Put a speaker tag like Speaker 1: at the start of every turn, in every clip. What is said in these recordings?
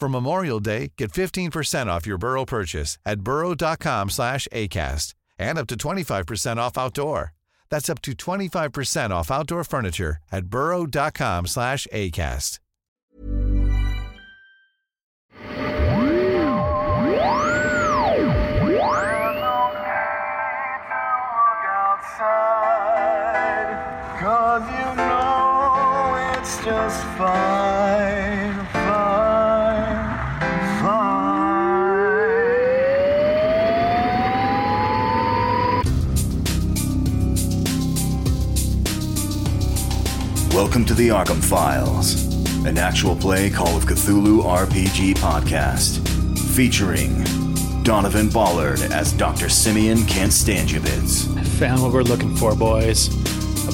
Speaker 1: For Memorial Day, get 15% off your Burrow purchase at burrow.com/acast and up to 25% off outdoor. That's up to 25% off outdoor furniture at burrow.com/acast.
Speaker 2: look outside, cause you know it's just fine, fine, fine.
Speaker 3: Welcome to the Arkham Files, an actual play Call of Cthulhu RPG podcast featuring Donovan Ballard as Dr. Simeon Kent Stanjevitz,
Speaker 4: Found what we're looking for, boys.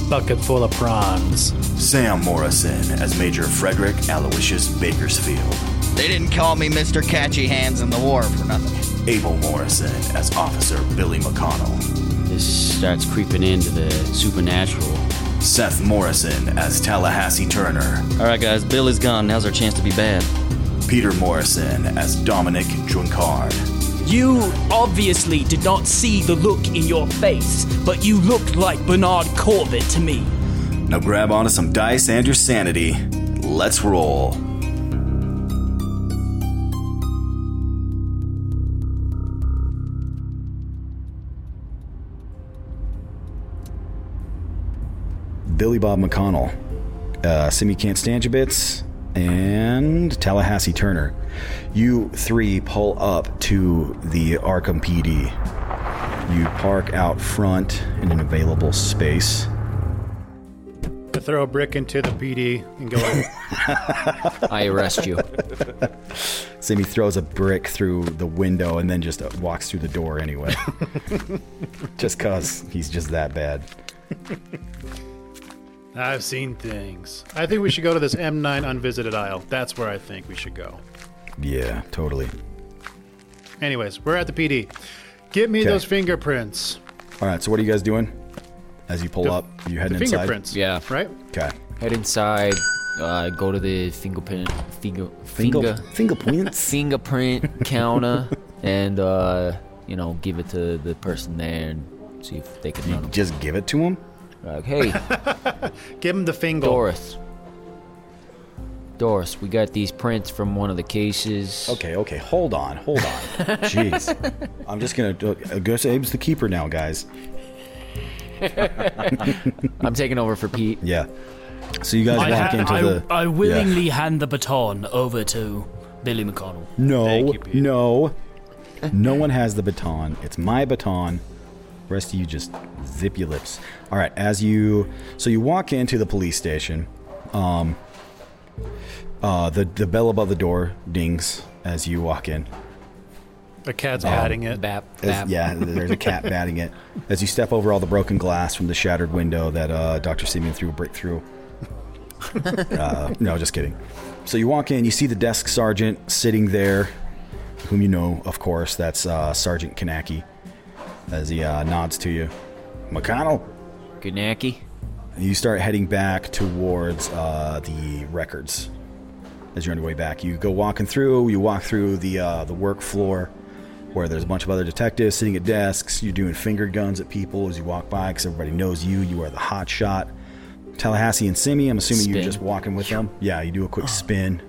Speaker 4: A bucket full of prawns.
Speaker 3: Sam Morrison as Major Frederick Aloysius Bakersfield,
Speaker 5: They didn't call me Mr. Catchy Hands in the War for nothing.
Speaker 3: Abel Morrison as Officer Billy McConnell,
Speaker 6: This starts creeping into the supernatural.
Speaker 3: Seth Morrison as Tallahassee Turner,
Speaker 5: All right, guys, Bill is gone. Now's our chance to be bad.
Speaker 3: Peter Morrison as Dominic Drunkard,
Speaker 7: You obviously did not see the look in your face, but you looked like Bernard Corbett to me.
Speaker 3: Now grab onto some dice and your sanity. Let's roll. Billy Bob McConnell, uh, Simi Kant Stanjabits, and Tallahassee Turner. You three pull up to the Arkham PD. You park out front in an available space.
Speaker 4: To throw a brick into the PD and go.
Speaker 6: I arrest you.
Speaker 3: Sammy throws a brick through the window and then just uh, walks through the door anyway. just cause he's just that bad.
Speaker 4: I've seen things. I think we should go to this M9 unvisited aisle. That's where I think we should go.
Speaker 3: Yeah, totally.
Speaker 4: Anyways, we're at the PD. Get me
Speaker 3: Okay.
Speaker 4: those fingerprints.
Speaker 3: All right, so what are you guys doing? As you pull
Speaker 4: The-
Speaker 3: up, you
Speaker 4: The
Speaker 3: heading inside.
Speaker 4: fingerprints.
Speaker 6: Yeah.
Speaker 4: Right?
Speaker 3: Okay.
Speaker 6: Head inside. Uh, go to the fingerprint, finger, finger,
Speaker 3: fingerprints.
Speaker 6: fingerprint counter, and uh, you know, give it to the person there and see if they can run 'em.
Speaker 3: just give it to him.
Speaker 6: Like, hey,
Speaker 4: Give him the finger.
Speaker 6: Doris. Doris, we got these prints from one of the cases.
Speaker 3: Okay, okay. Hold on, hold on. Jeez, I'm just gonna. Uh, Gus Abe's the keeper now, guys.
Speaker 6: I'm taking over for Pete.
Speaker 3: Yeah. So you guys
Speaker 7: I,
Speaker 3: walk
Speaker 7: ha-
Speaker 3: into
Speaker 7: I,
Speaker 3: the.
Speaker 7: I
Speaker 3: yeah.
Speaker 7: willingly hand the baton over to Billy McConnell.
Speaker 3: No,
Speaker 4: Thank you, Pete.
Speaker 3: no. No one has the baton. It's my baton. Rest of you just zip your lips. All right, as you so you walk into the police station, um uh the the bell above the door dings as you walk in.
Speaker 4: The cat's patting it.
Speaker 6: Oh, Bap,
Speaker 3: As-
Speaker 6: bap.
Speaker 3: yeah, there's a cat batting it. As you step over all the broken glass from the shattered window that uh, Dr. Simeon threw a brick through. uh, no, just kidding. So you walk in, you see the desk sergeant sitting there, whom you know, of course, that's uh, Sergeant Kanaki, as he uh, nods to you. McConnell!
Speaker 6: Ganaki.
Speaker 3: You start heading back towards uh, the records
Speaker 8: as you're on your way back. You go walking through. You walk through the uh, the work floor where there's a bunch of other detectives sitting at desks. You're doing finger guns at people as you walk by because everybody knows you. You are the hot shot. Tallahassee and Simi. I'm assuming you're
Speaker 6: Spin. Oh.
Speaker 8: just walking with them. Yeah, you do a quick spin.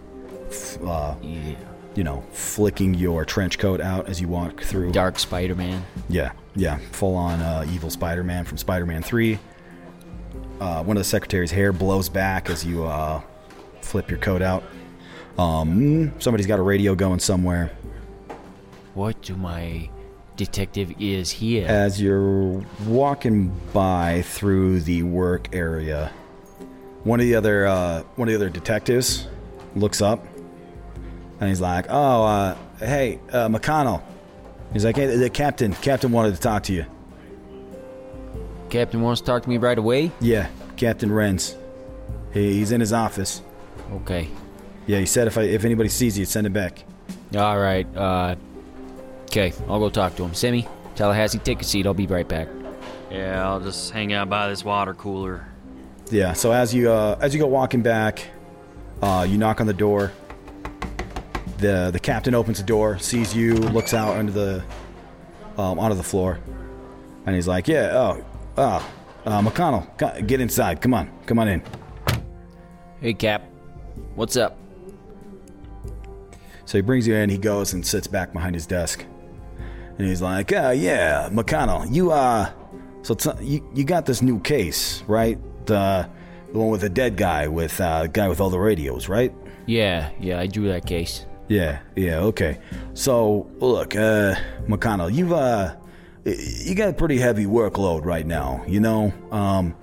Speaker 8: f- Uh, You know, flicking your trench coat out as you walk through.
Speaker 6: Dark Spider-Man.
Speaker 8: Yeah, yeah, full on uh, evil Spider-Man from Spider-Man Three. Uh, one of the secretary's hair blows back as you uh, flip your coat out. Um, somebody's got a radio going somewhere.
Speaker 6: What do my detective ears hear?
Speaker 3: Uh,
Speaker 8: As you're walking by through the work area, one of the other uh, one of the other detectives looks up, and he's like, "Oh, uh, hey, uh, McConnell." He's like, "Hey, the captain, captain wanted to talk to you."
Speaker 6: Captain wants to talk to me right away.
Speaker 8: Yeah, Captain Renz. He, he's in his office.
Speaker 6: Okay.
Speaker 8: Yeah, he said if I, if anybody sees you, send him back.
Speaker 6: All right. Uh, okay, I'll go talk to him. Simi, Tallahassee, take a seat. I'll be right back.
Speaker 9: Yeah, I'll just hang out by this water cooler.
Speaker 8: Yeah. So as you uh, as you go walking back, uh, you knock on the door. the The captain opens the door, sees you, looks out onto the um, onto the floor, and he's like, "Yeah, oh, oh, uh, McConnell, co- get inside. Come on, come on in."
Speaker 6: Hey, Cap. What's up?
Speaker 8: So he brings you in. He goes and sits back behind his desk, and he's like, "Uh, yeah, McConnell, you uh, so t- you you got this new case, right? The the one with the dead guy with uh, guy with all the radios, right?
Speaker 6: Yeah, yeah, I drew that case.
Speaker 8: Yeah, yeah, okay. So look, uh, McConnell, you've uh, y- you got a pretty heavy workload right now. You know, um,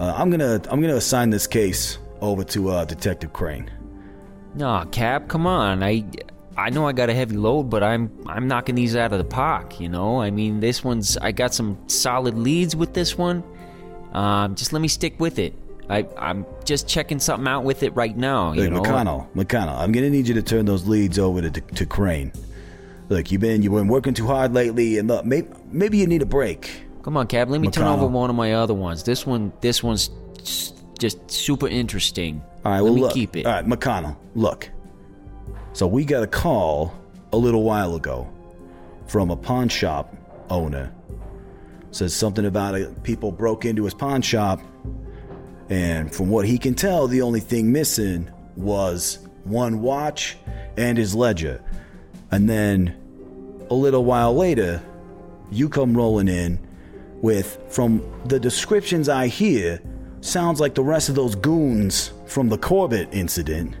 Speaker 8: uh, I'm gonna I'm gonna assign this case over to uh, Detective Crane.
Speaker 6: Nah, Cap, come on. I I know I got a heavy load, but I'm I'm knocking these out of the park, you know? I mean, this one's I got some solid leads with this one. Um, just let me stick with it. I I'm just checking something out with it right now, you
Speaker 8: Look,
Speaker 6: know.
Speaker 8: McConnell, McConnell, I'm gonna need you to turn those leads over to, to Crane. Look, you've been you've been working too hard lately, and look, maybe maybe you need a break.
Speaker 6: Come on, Cap, let me turn
Speaker 8: McConnell.
Speaker 6: over one of my other ones. This one this one's s- just super interesting.
Speaker 8: All right,
Speaker 6: let
Speaker 8: well,
Speaker 6: me
Speaker 8: look.
Speaker 6: keep it.
Speaker 8: All right, McConnell, look. So we got a call a little while ago from a pawn shop owner. Says something about uh people broke into his pawn shop, and from what he can tell, the only thing missing was one watch and his ledger. And then a little while later, you come rolling in with, from the descriptions I hear, sounds like the rest of those goons from the Corbett incident.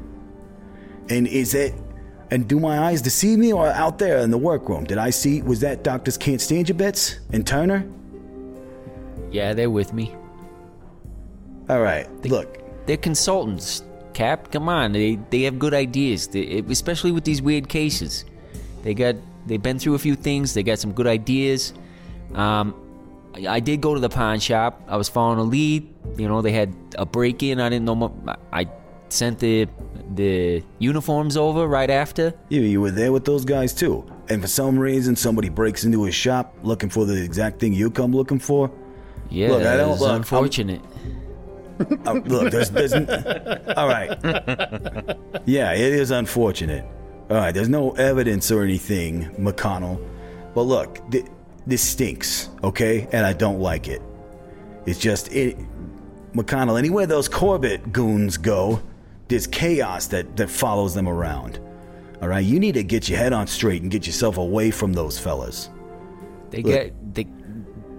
Speaker 8: And is it, and do my eyes deceive me or out there in the workroom? Did I see, was that Doctors Can't Stand Your Bets and Turner?
Speaker 6: Yeah, they're with me.
Speaker 8: All right, look.
Speaker 6: They're consultants, Cap. Come on, they they have good ideas, they, it- especially with these weird cases. They got they've been through a few things. They got some good ideas. Um, I, I did go to the pawn shop. I was following a lead. You know, they had a break in. I didn't know. My, I sent the the uniforms over right after.
Speaker 8: You, you were there with those guys too. And for some reason, somebody breaks into his shop looking for the exact thing you come looking for.
Speaker 6: Yeah,
Speaker 8: Look, I
Speaker 6: that
Speaker 8: don't-
Speaker 6: was
Speaker 8: look, I'm-
Speaker 6: unfortunate.
Speaker 8: Uh, look, there's, there's n- all right. Yeah, it is unfortunate. All right, there's no evidence or anything, McConnell. But look, th- this stinks, okay? And I don't like it. It's just it, McConnell. Anywhere those Corbett goons go, there's chaos that that follows them around. All right, you need to get your head on straight and get yourself away from those fellas.
Speaker 6: They
Speaker 8: Look.
Speaker 6: get they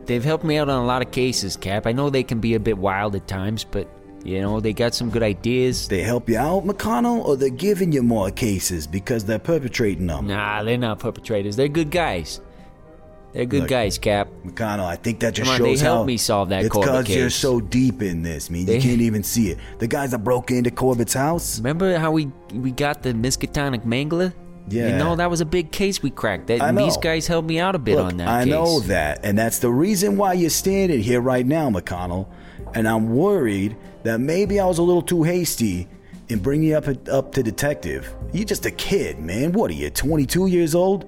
Speaker 6: they've helped me out on a lot of cases, Cap. I know they can be a bit wild at times, but you know they got some good ideas.
Speaker 8: They help you out, McConnell, or they're giving you more cases because they're perpetrating them.
Speaker 6: Nah, they're not perpetrators. They're good guys. They're good
Speaker 8: Look.
Speaker 6: guys, Cap.
Speaker 8: McConnell, I think that just
Speaker 6: Come on,
Speaker 8: shows
Speaker 6: they helped
Speaker 8: how
Speaker 6: me solve that
Speaker 8: It's
Speaker 6: Corbett
Speaker 8: because you're
Speaker 6: case.
Speaker 8: so deep in this, man.
Speaker 6: They-
Speaker 8: You can't even see it. The guys that broke into Corbett's house.
Speaker 6: Remember how we we got the Miskatonic Mangler? You
Speaker 8: Yeah.
Speaker 6: know, that was a big case we cracked. That,
Speaker 8: I
Speaker 6: and These
Speaker 8: know.
Speaker 6: guys helped me out a bit
Speaker 8: Look,
Speaker 6: on that
Speaker 8: I know
Speaker 6: case.
Speaker 8: that, and that's the reason why you're standing here right now, McConnell. And I'm worried that maybe I was a little too hasty in bringing you up up to detective. You're just a kid, man. What are you, 22 years old?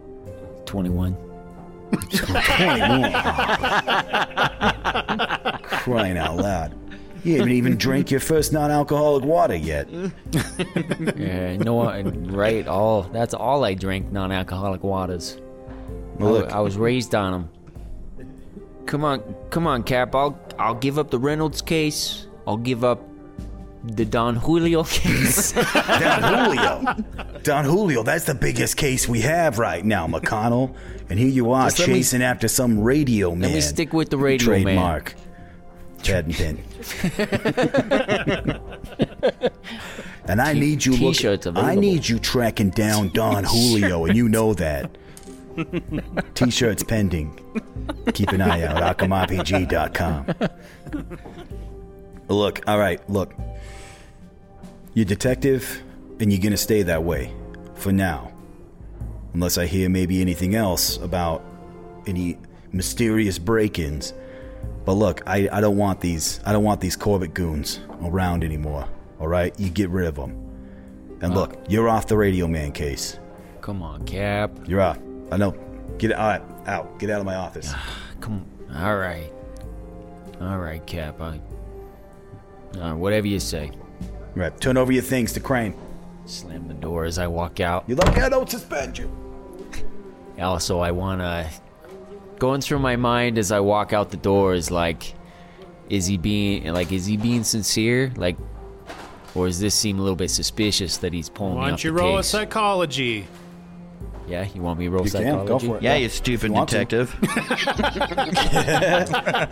Speaker 6: 21.
Speaker 8: 21. Crying out loud.
Speaker 3: You haven't even drank your first non-alcoholic water yet.
Speaker 6: yeah, no, I- right? All that's all I drink non-alcoholic waters.
Speaker 3: Well,
Speaker 6: I-
Speaker 3: look.
Speaker 6: I, was raised on them. Come on, come on, Cap. I'll I'll give up the Reynolds case. I'll give up the Don Julio case.
Speaker 3: Don Julio. Don Julio, that's the biggest case we have right now, McConnell. And here you are
Speaker 6: Just let me-
Speaker 3: chasing after some radio man.
Speaker 6: Let me stick with the radio man.
Speaker 3: trademark. Ted and Pin. and I need you look,
Speaker 6: t-shirts
Speaker 3: I
Speaker 6: available.
Speaker 3: need you tracking down Don Julio, and you know that. T-shirts pending. Keep an eye out. AkamRPG.com. Look, all right, look. You're detective, and you're gonna stay that way for now, unless I hear maybe anything else about any mysterious break-ins. But look, I, I don't want these I don't want these Corbett goons around anymore. All right, you get rid of them. And look, you're off the radio man case.
Speaker 6: Come on, Cap.
Speaker 3: You're off. I know. Get all right, out. Get out of my office.
Speaker 6: Come. On. All right. All right, Cap. I. Uh, whatever you say.
Speaker 3: Right. Turn over your things to Crane.
Speaker 6: Slam the door as I walk out.
Speaker 3: You look. I don't suspend you.
Speaker 6: Also, Oh, I wanna. Going through my mind as I walk out the door is like, is he being like, is he being sincere? Like, or does this seem a little bit suspicious that he's pulling
Speaker 4: Why
Speaker 6: me
Speaker 4: don't
Speaker 6: off
Speaker 4: you
Speaker 6: the
Speaker 4: roll a
Speaker 6: case?
Speaker 4: psychology?
Speaker 6: yeah, you want me to roll
Speaker 3: You can,
Speaker 6: psychology?
Speaker 3: go for it.
Speaker 5: Yeah,
Speaker 3: Yeah.
Speaker 5: you stupid
Speaker 3: Want to.
Speaker 5: detective.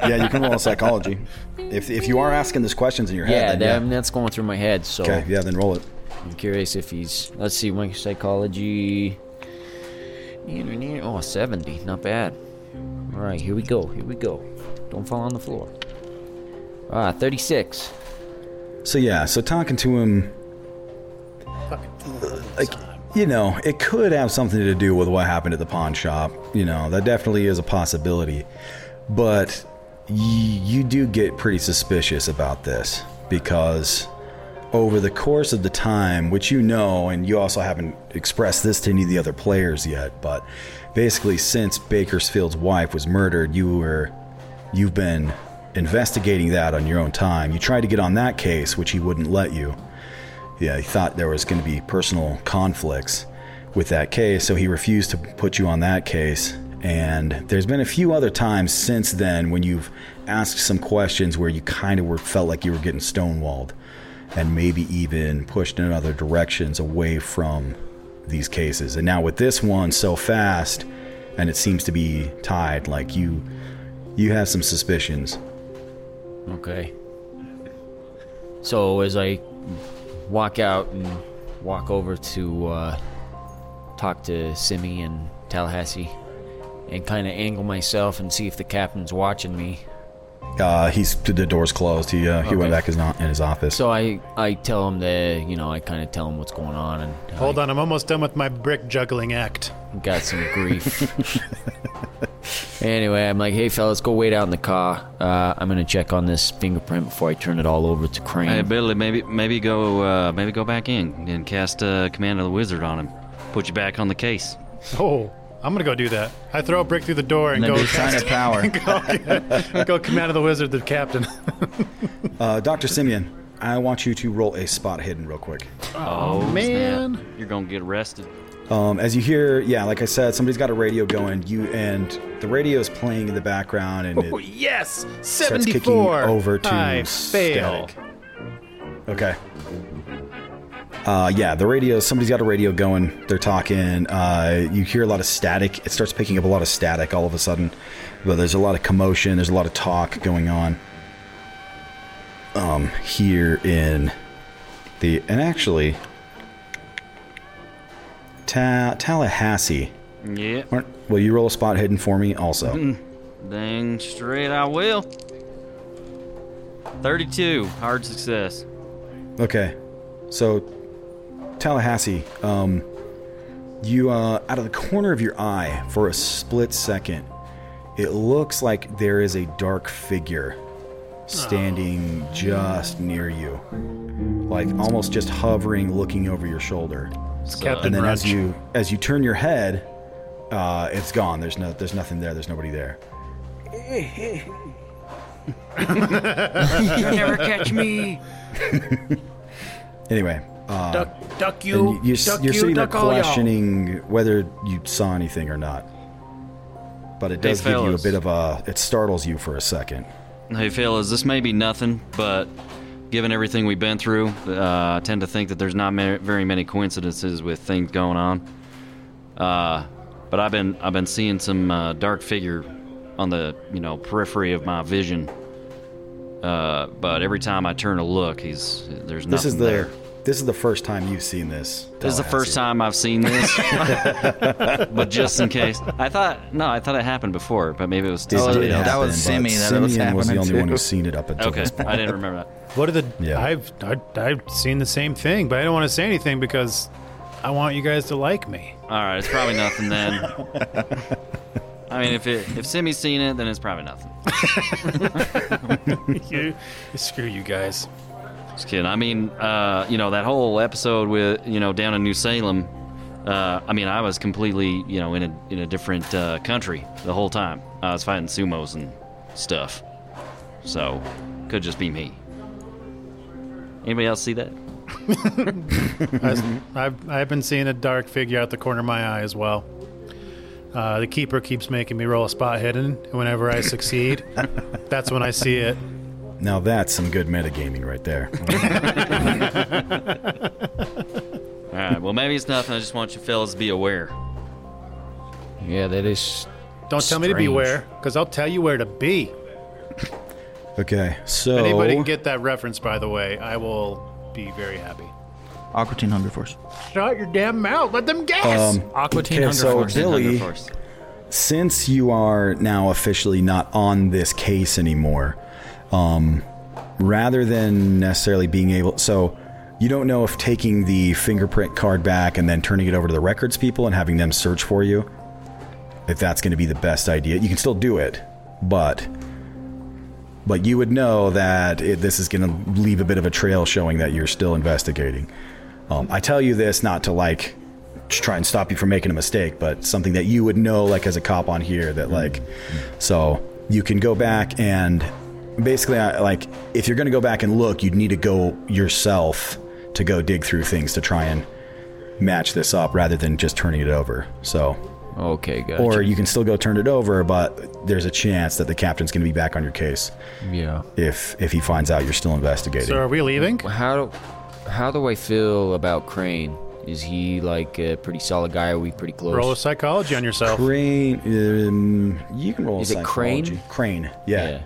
Speaker 3: Yeah, you can roll psychology. If if you are asking these questions in your
Speaker 6: Yeah,
Speaker 3: head,
Speaker 6: that-
Speaker 3: then
Speaker 6: that's going through my head. So
Speaker 3: yeah. Okay. Yeah, then roll it.
Speaker 6: I'm curious if he's. Let's see, my psychology. Oh, 70. Not bad. All right, here we go. Here we go. Don't fall on the floor. Ah, 36.
Speaker 3: So yeah, so talking to him, like you know, it could have something to do with what happened at the pawn shop. You know, that definitely is a possibility, but y- you do get pretty suspicious about this because over the course of the time, which you know, and you also haven't expressed this to any of the other players yet, but basically since Bakersfield's wife was murdered, you were you've been investigating that on your own time. You tried to get on that case, which he wouldn't let you. Yeah, he thought there was going to be personal conflicts with that case, so he refused to put you on that case. And there's been a few other times since then when you've asked some questions where you kind of were felt like you were getting stonewalled and maybe even pushed in other directions away from these cases. And now with this one so fast and it seems to be tied like you you have some suspicions.
Speaker 6: Okay. So as I walk out and walk over to uh, talk to Simi and Tallahassee, and kind of angle myself and see if the captain's watching me,
Speaker 3: Uh, he's the door's closed. He uh, he
Speaker 6: Okay.
Speaker 3: went back his, in his office.
Speaker 6: so I I tell him that you know I kind of tell him what's going on and I
Speaker 4: Hold on, I'm almost done with my brick juggling act.
Speaker 6: got some grief. anyway, I'm like, hey fellas, go wait out in the car. Uh, I'm gonna check on this fingerprint before I turn it all over to Crane.
Speaker 9: Hey, Billy, maybe maybe go uh, maybe go back in and cast uh, Command of the Wizard on him. Put you back on the case.
Speaker 4: Oh, I'm gonna go do that. I throw a brick through the door and
Speaker 3: Then
Speaker 4: go
Speaker 3: do sign of power.
Speaker 4: go, go command of the wizard, the captain.
Speaker 3: Uh, Doctor Simeon, I want you to roll a spot hidden real quick.
Speaker 9: Oh,
Speaker 4: man.
Speaker 9: snap. you're gonna get arrested.
Speaker 3: Um, as you hear, yeah, like I said, somebody's got a radio going. You and the radio is playing in the background,
Speaker 10: Oh,
Speaker 3: and it,
Speaker 4: Oh, yes,
Speaker 3: Starts kicking
Speaker 4: seventy-four.
Speaker 3: over to
Speaker 4: I fail.
Speaker 3: static. okay. Uh, yeah, the radio. Somebody's got a radio going. They're talking. Uh, you hear a lot of static. It starts picking up a lot of static all of a sudden. But there's a lot of commotion. There's a lot of talk going on. Um, here in the and actually, Ta- Tallahassee.
Speaker 9: Yeah,
Speaker 3: Mark, Will you roll a spot hidden for me also?
Speaker 4: Mm-hmm.
Speaker 9: dang straight I will. Thirty-two, hard success.
Speaker 3: Okay. So, Tallahassee, um, you, uh, out of the corner of your eye for a split second, it looks like there is a dark figure
Speaker 4: Oh,
Speaker 3: standing just near you. Like almost just hovering, looking over your shoulder.
Speaker 4: It's
Speaker 3: And
Speaker 4: Captain
Speaker 3: then as
Speaker 4: Rudge.
Speaker 3: you as you turn your head, uh, it's gone. There's no there's nothing there. There's nobody there.
Speaker 7: You'll never catch me.
Speaker 3: anyway, uh,
Speaker 7: Duck- duck
Speaker 3: and
Speaker 7: you,
Speaker 3: You're, s-
Speaker 7: duck
Speaker 3: you're
Speaker 7: you,
Speaker 3: sitting
Speaker 7: duck
Speaker 3: there
Speaker 7: all y'all.
Speaker 3: questioning whether you saw anything or not. But it
Speaker 9: Hey,
Speaker 3: does give you a
Speaker 9: fellas.
Speaker 3: bit of a. It startles you for a second.
Speaker 9: Hey, fellas, this may be nothing, but given everything we've been through, uh, I tend to think that there's not ma- very many coincidences with things going on. Uh, but I've been I've been seeing some uh, dark figure on the you know periphery of my vision. Uh, but every time I turn to look, he's there's nothing
Speaker 3: This is the.
Speaker 9: there.
Speaker 3: This is the first time you've seen this.
Speaker 9: This is the
Speaker 3: Tallahassee.
Speaker 9: first time I've seen this, but just in case, I thought no, I thought it happened before, but maybe it was
Speaker 3: It
Speaker 9: still
Speaker 3: did happen, but Simeon was, the only one who's seen it up until
Speaker 9: Okay,
Speaker 3: this
Speaker 9: I didn't remember that.
Speaker 4: What are the?
Speaker 3: Yeah.
Speaker 4: I've I, I've seen the same thing, but I don't want to say anything because I want you guys to like me.
Speaker 9: All right, it's probably nothing then. I mean, if it if Simi's seen it, then it's probably nothing.
Speaker 4: you, screw you guys.
Speaker 9: Just kidding. I mean, uh, you know that whole episode with you know down in New Salem. Uh, I mean, I was completely you know in a in a different uh, country the whole time. I was fighting sumos and stuff, so could just be me. Anybody else see that?
Speaker 4: I, I've I've been seeing a dark figure out the corner of my eye as well. Uh, the keeper keeps making me roll a spot hidden, and whenever I succeed, that's when I see it.
Speaker 3: Now that's some good metagaming right there.
Speaker 9: All right. Well, maybe it's nothing. I just want you fellas to be aware.
Speaker 6: Yeah, that is.
Speaker 4: Don't tell me to
Speaker 6: Strange.
Speaker 4: beware, because I'll tell you where to be.
Speaker 3: okay, so
Speaker 4: If anybody can get that reference, by the way, I will be very happy.
Speaker 5: Aqua Teen Hunger Force.
Speaker 4: Shut your damn mouth. Let them guess.
Speaker 3: Um,
Speaker 7: Aqua Teen
Speaker 3: okay,
Speaker 7: Hunger
Speaker 3: so
Speaker 7: Force.
Speaker 3: Billy,
Speaker 9: Hunger Force.
Speaker 3: since you are now officially not on this case anymore, um, rather than necessarily being able, so you don't know if taking the fingerprint card back and then turning it over to the records people and having them search for you, if that's going to be the best idea. You can still do it, but but you would know that it, this is going to leave a bit of a trail showing that you're still investigating. Um, I tell you this not to like to try and stop you from making a mistake, but something that you would know, like as a cop on here, that like, so you can go back and basically, I- like, if you're going to go back and look, you'd need to go yourself to go dig through things to try and match this up rather than just turning it over. So,
Speaker 6: Okay, gotcha.
Speaker 3: or you can still go turn it over, but there's a chance that the captain's going to be back on your case
Speaker 6: yeah.
Speaker 3: if if he finds out you're still investigating.
Speaker 4: So are we leaving?
Speaker 6: Well, How do, how do I feel about Crane? Is he like a pretty solid guy? Are we pretty close?
Speaker 4: Roll a psychology on yourself.
Speaker 3: Crane, um, you can roll. a
Speaker 6: Is it Crane?
Speaker 3: psychology. Crane, yeah.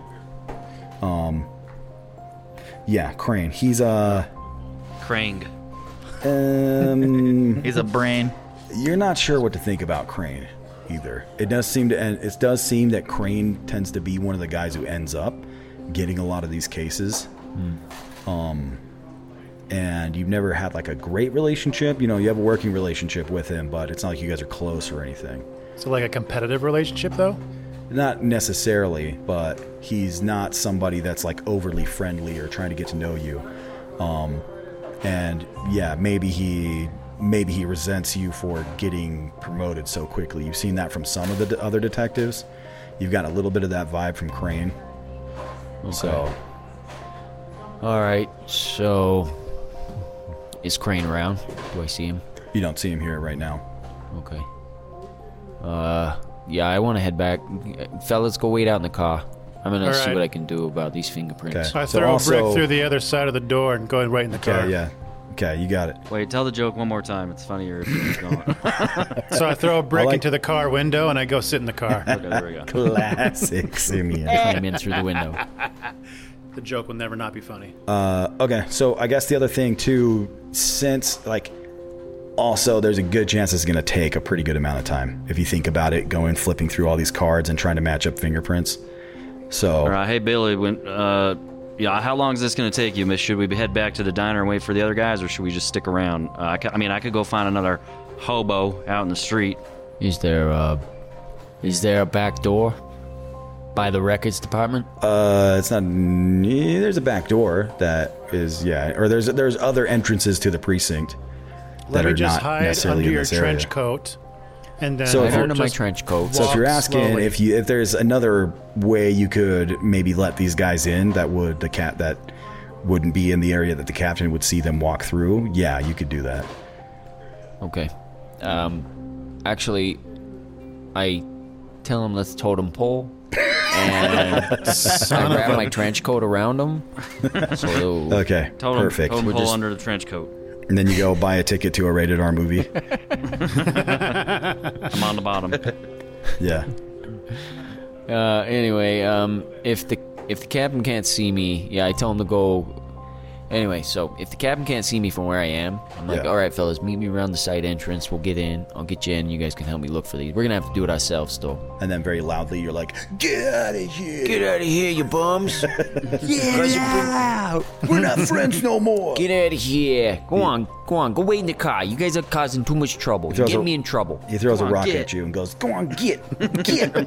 Speaker 3: Um, Yeah, Crane. He's uh, a.
Speaker 9: Krang.
Speaker 3: Um,
Speaker 5: He's a brain.
Speaker 3: you're not sure what to think about Crane either. It does seem to end. It does seem that Crane tends to be one of the guys who ends up getting a lot of these cases.
Speaker 5: Hmm.
Speaker 3: Um, and you've never had like a great relationship. You know, you have a working relationship with him, but it's not like you guys are close or anything.
Speaker 4: So like a competitive relationship though?
Speaker 3: Not necessarily, but he's not somebody that's like overly friendly or trying to get to know you. Um, and yeah, maybe he maybe he resents you for getting promoted so quickly. You've seen that from some of the d- other detectives. You've got a little bit of that vibe from Crane. So
Speaker 6: All right. So, is Crane around? Do I see him?
Speaker 3: you don't see him here right now.
Speaker 6: Okay. Uh, yeah, I want to head back. Fellas, go wait out in the car. I'm gonna
Speaker 4: All
Speaker 6: see
Speaker 4: right.
Speaker 6: what I can do about these fingerprints.
Speaker 3: Okay.
Speaker 4: I
Speaker 3: So
Speaker 4: throw a
Speaker 3: also-
Speaker 4: brick through the other side of the door and go in right in the car.
Speaker 3: Okay, yeah. Okay, you got it.
Speaker 9: Wait, tell the joke one more time. It's funnier if you keep going.
Speaker 4: So I throw a brick
Speaker 3: like-
Speaker 4: into the car window and I go sit in the car.
Speaker 9: Okay, there we go.
Speaker 3: Classic Simeon.
Speaker 6: Climb in through the window.
Speaker 4: the joke will never not be funny.
Speaker 3: Uh, okay, so I guess the other thing too, since like, also there's a good chance it's going to take a pretty good amount of time if you think about it, going flipping through all these cards and trying to match up fingerprints. So
Speaker 9: All right, hey Billy, when uh, yeah, how long is this gonna take you? Miss, should we head back to the diner and wait for the other guys, or should we just stick around? Uh, I, ca- I mean, I could go find another hobo out in the street.
Speaker 6: Is there a, is there a back door by the records department?
Speaker 3: uh, it's not. eh, There's a back door that is yeah, or there's there's other entrances to the precinct.
Speaker 4: Let
Speaker 3: that
Speaker 4: me
Speaker 3: are
Speaker 4: just
Speaker 3: not
Speaker 4: hide
Speaker 3: necessarily
Speaker 4: under
Speaker 3: in
Speaker 4: your
Speaker 3: this area.
Speaker 4: trench coat And then
Speaker 3: So if
Speaker 4: Kurt
Speaker 3: you're-
Speaker 4: just
Speaker 3: So if you're
Speaker 4: walks
Speaker 3: asking
Speaker 4: slowly.
Speaker 3: if you if there's another way you could maybe let these guys in that would the cat that wouldn't be in the area that the captain would see them walk through, yeah, you could do that.
Speaker 6: Okay. Um, actually, I tell him let's totem pole, and
Speaker 9: Son
Speaker 6: I
Speaker 9: of
Speaker 6: wrap
Speaker 9: a-
Speaker 6: my trench coat around him. So
Speaker 3: Okay,
Speaker 9: Totem,
Speaker 3: perfect.
Speaker 9: Totem
Speaker 3: We're
Speaker 9: pole
Speaker 3: just-
Speaker 9: under the trench coat.
Speaker 3: And then you go buy a ticket to a rated R movie.
Speaker 9: I'm on the bottom.
Speaker 3: Yeah.
Speaker 6: Uh, anyway, um, if the if the captain can't see me, yeah, I tell him to go. Anyway, so if the captain can't see me from where I am, I'm like,
Speaker 3: Yeah.
Speaker 6: all right, fellas, meet me around the side entrance. We'll get in. I'll get you in. You guys can help me look for these. We're gonna have to do it ourselves, though.
Speaker 3: And then very loudly, you're like, Get out of here.
Speaker 6: Get out of here, you bums.
Speaker 3: Get out. We're not friends no more.
Speaker 6: Get out of here. Go on, go on, go wait in the car. You guys are causing too much trouble.
Speaker 3: He
Speaker 6: You're
Speaker 3: throws
Speaker 6: getting
Speaker 3: a-
Speaker 6: me in trouble.
Speaker 3: He throws
Speaker 6: Come
Speaker 3: a
Speaker 6: on,
Speaker 3: rock
Speaker 6: get.
Speaker 3: at you and goes, "Go on, get, get!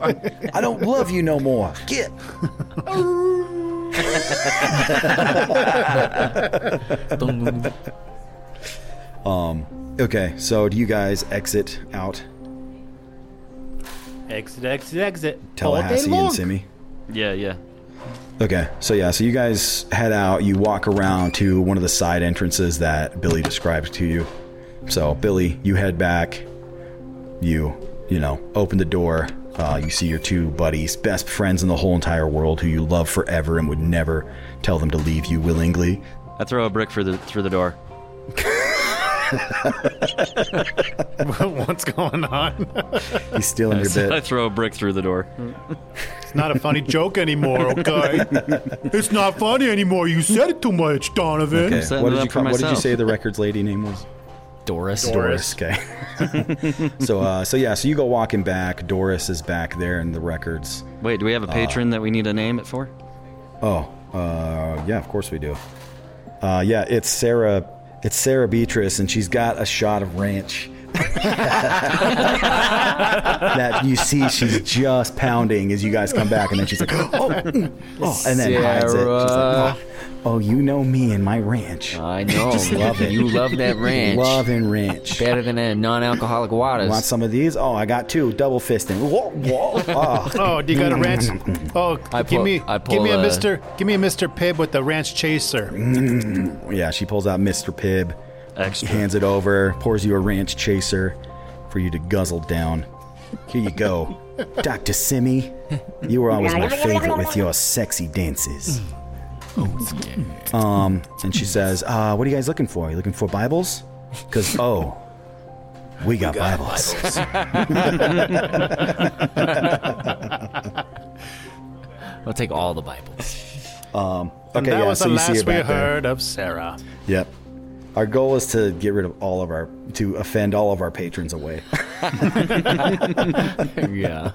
Speaker 3: I don't love you no more. Get!" um. Okay. So, do you guys exit out
Speaker 4: exit, exit, exit.
Speaker 3: Tallahassee and Simi?
Speaker 9: Yeah, yeah.
Speaker 3: Okay. So yeah. So you guys head out. You walk around to one of the side entrances that Billy described to you. So Billy, you head back. You, you know, open the door. Uh, you see your two buddies, best friends in the whole entire world, who you love forever and would never tell them to leave you willingly.
Speaker 9: I throw a brick for the through the door.
Speaker 4: What's going on?
Speaker 3: He's stealing
Speaker 9: I
Speaker 3: your
Speaker 9: said
Speaker 3: bit.
Speaker 9: I throw a brick through the door.
Speaker 4: It's not a funny joke anymore, okay? it's not funny anymore. You said it too much, Donovan.
Speaker 3: Okay. What did, you call, what did you say the records lady name was?
Speaker 6: Doris.
Speaker 3: Doris. Okay. so uh, so yeah, so you go walking back. Doris is back there in the records.
Speaker 9: Wait, do we have a
Speaker 3: Uh,
Speaker 9: patron that we need to name it for?
Speaker 3: Oh, uh, yeah, of course we do. Uh, yeah, it's Sarah. It's Sarah Beatrice, and she's got a shot of ranch that you see she's just pounding as you guys come back, and then she's like, "Oh, mm, oh," and then hides it. She's like,
Speaker 6: Sarah.
Speaker 3: "Oh, oh, you know me and my ranch.
Speaker 6: I know.
Speaker 3: Just love it.
Speaker 6: You love that ranch.
Speaker 3: Loving ranch.
Speaker 6: Better than a non-alcoholic waters.
Speaker 3: Want some of these? Oh, I got two. Double fisting. Whoa, whoa. Ah. Oh,
Speaker 4: Oh, do you got a ranch? Oh,
Speaker 3: I
Speaker 4: give
Speaker 3: pull-
Speaker 4: me,
Speaker 3: I
Speaker 4: give me a
Speaker 3: pull, uh,
Speaker 4: Mister, give me a Mister Pibb with the ranch chaser.
Speaker 3: Mm. yeah, she pulls out Mr. Pibb, hands it over, pours you a ranch chaser for you to guzzle down. Here you go, Dr. Simi. You were always my favorite with your sexy dances. Um, and she says, uh, "What are you guys looking for? you looking for Bibles? Because oh, we got, Bibles."
Speaker 6: I'll take all the Bibles.
Speaker 3: um, okay,
Speaker 4: And that
Speaker 3: yeah,
Speaker 4: was
Speaker 3: so
Speaker 4: the
Speaker 3: you see
Speaker 4: last
Speaker 3: it
Speaker 4: we
Speaker 3: back there.
Speaker 4: heard of Sarah.
Speaker 3: Yep. Our goal is to get rid of all of our, to offend all of our patrons away.
Speaker 6: yeah.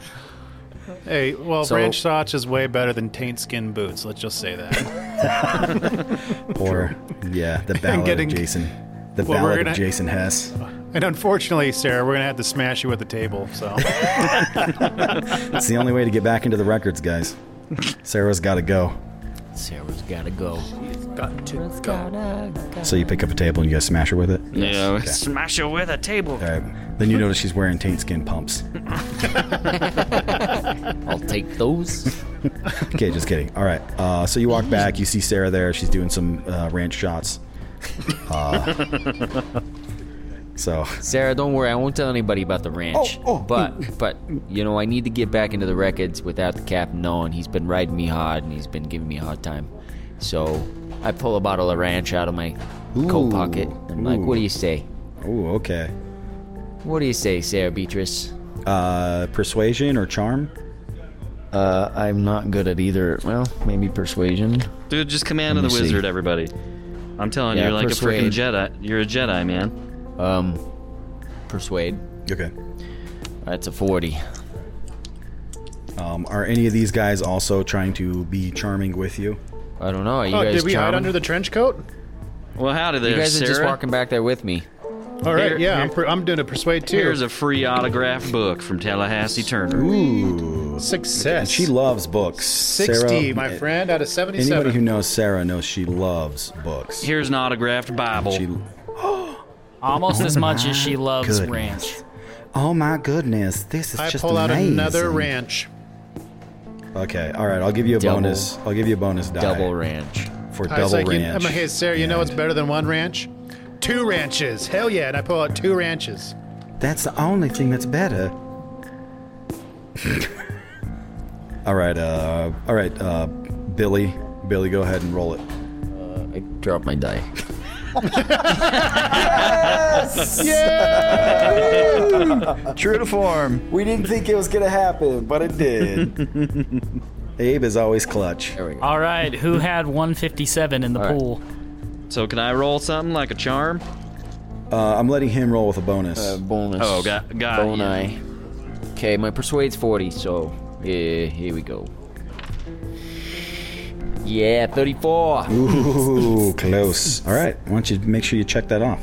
Speaker 4: Hey, well,
Speaker 3: So-
Speaker 4: ranch sauce is way better than taint skin boots. Let's just say that.
Speaker 3: Or, yeah, the
Speaker 4: I'm
Speaker 3: ballad
Speaker 4: getting-
Speaker 3: of Jason. The
Speaker 4: Well, we're
Speaker 3: ballad
Speaker 4: gonna-
Speaker 3: of Jason Hess.
Speaker 4: and unfortunately, Sarah, we're gonna have to smash you with the table. So
Speaker 3: It's the only way to get back into the records, guys. Sarah's got to go.
Speaker 6: Sarah's gotta go.
Speaker 4: got to go.
Speaker 3: So you pick up a table and you guys smash her with it?
Speaker 9: Yeah,
Speaker 3: Okay.
Speaker 9: smash it with a table.
Speaker 3: All right. Uh, Then you notice she's wearing taint skin pumps.
Speaker 6: I'll take those.
Speaker 3: okay, just kidding. All right. Uh, so you walk back. You see Sarah there. She's doing some uh, ranch shots. Uh, so Oh,
Speaker 6: Sarah, don't worry. I won't tell anybody about the ranch. but but you know, I need to get back into the records without the captain knowing. He's been riding me hard and he's been giving me a hard time. So I pull a bottle of ranch out of my coat pocket. I'm like,
Speaker 3: Ooh.
Speaker 6: what do you say?
Speaker 3: Ooh, okay.
Speaker 6: What do you say, Sarah Beatrice?
Speaker 3: Uh, persuasion or charm?
Speaker 6: Uh, I'm not good at either. Well, maybe persuasion.
Speaker 9: Dude, just command of the
Speaker 6: Let me see.
Speaker 9: wizard, everybody. I'm telling
Speaker 6: Yeah,
Speaker 9: you, you're like a freaking
Speaker 6: persuade.
Speaker 9: Jedi. You're a Jedi, man.
Speaker 6: Um, persuade.
Speaker 3: Okay.
Speaker 6: That's a forty.
Speaker 3: Um, are any of these guys also trying to be charming with you?
Speaker 6: I don't know. Are
Speaker 4: Oh, did we hide under the trench coat?
Speaker 9: Well, howdy there,
Speaker 6: you guys are just
Speaker 9: Sarah.
Speaker 6: walking back there with me.
Speaker 4: All right,
Speaker 9: Here-
Speaker 4: yeah, I'm, per- I'm doing a persuade too.
Speaker 9: Here's a free autograph book from Tallahassee Turner.
Speaker 3: Ooh.
Speaker 4: Success.
Speaker 3: She loves books.
Speaker 4: 60,
Speaker 3: Sarah- eh,
Speaker 4: my friend, out of 77.
Speaker 3: Anybody who knows Sarah knows she loves books.
Speaker 9: Here's an autographed Bible.
Speaker 3: She,
Speaker 11: Almost as much as she loves
Speaker 3: goodness.
Speaker 11: ranch.
Speaker 3: Oh my goodness, this is
Speaker 4: I
Speaker 3: just
Speaker 4: pull out
Speaker 3: amazing.
Speaker 4: another ranch.
Speaker 3: Okay, all right. I'll give you a
Speaker 6: Double-
Speaker 3: bonus. I'll give you a bonus die.
Speaker 6: Double ranch.
Speaker 3: for
Speaker 4: I
Speaker 3: double
Speaker 4: was like, you-
Speaker 3: ranch.
Speaker 4: I'm like, hey, Sarah, you know what's better than one ranch? Two ranches. Hell yeah. And I pull out two ranches.
Speaker 3: That's the only thing that's better. all right, uh, all right, uh, Billy, Billy, go ahead and roll it.
Speaker 6: Uh, I dropped my die.
Speaker 5: True to form.
Speaker 3: We didn't think it was gonna happen, but it did. Abe is always clutch.
Speaker 6: There we go.
Speaker 11: All right, who had 157 in the
Speaker 6: All right.
Speaker 11: pool?
Speaker 9: So can I roll something like a charm?
Speaker 3: Uh, I'm letting him roll with a bonus.
Speaker 6: Uh, bonus.
Speaker 9: Oh, got- got you.
Speaker 6: Boni. Okay, my persuade's 40, so yeah, here we go. Yeah, 34.
Speaker 3: Ooh, close. All right, why don't you make sure you check that off?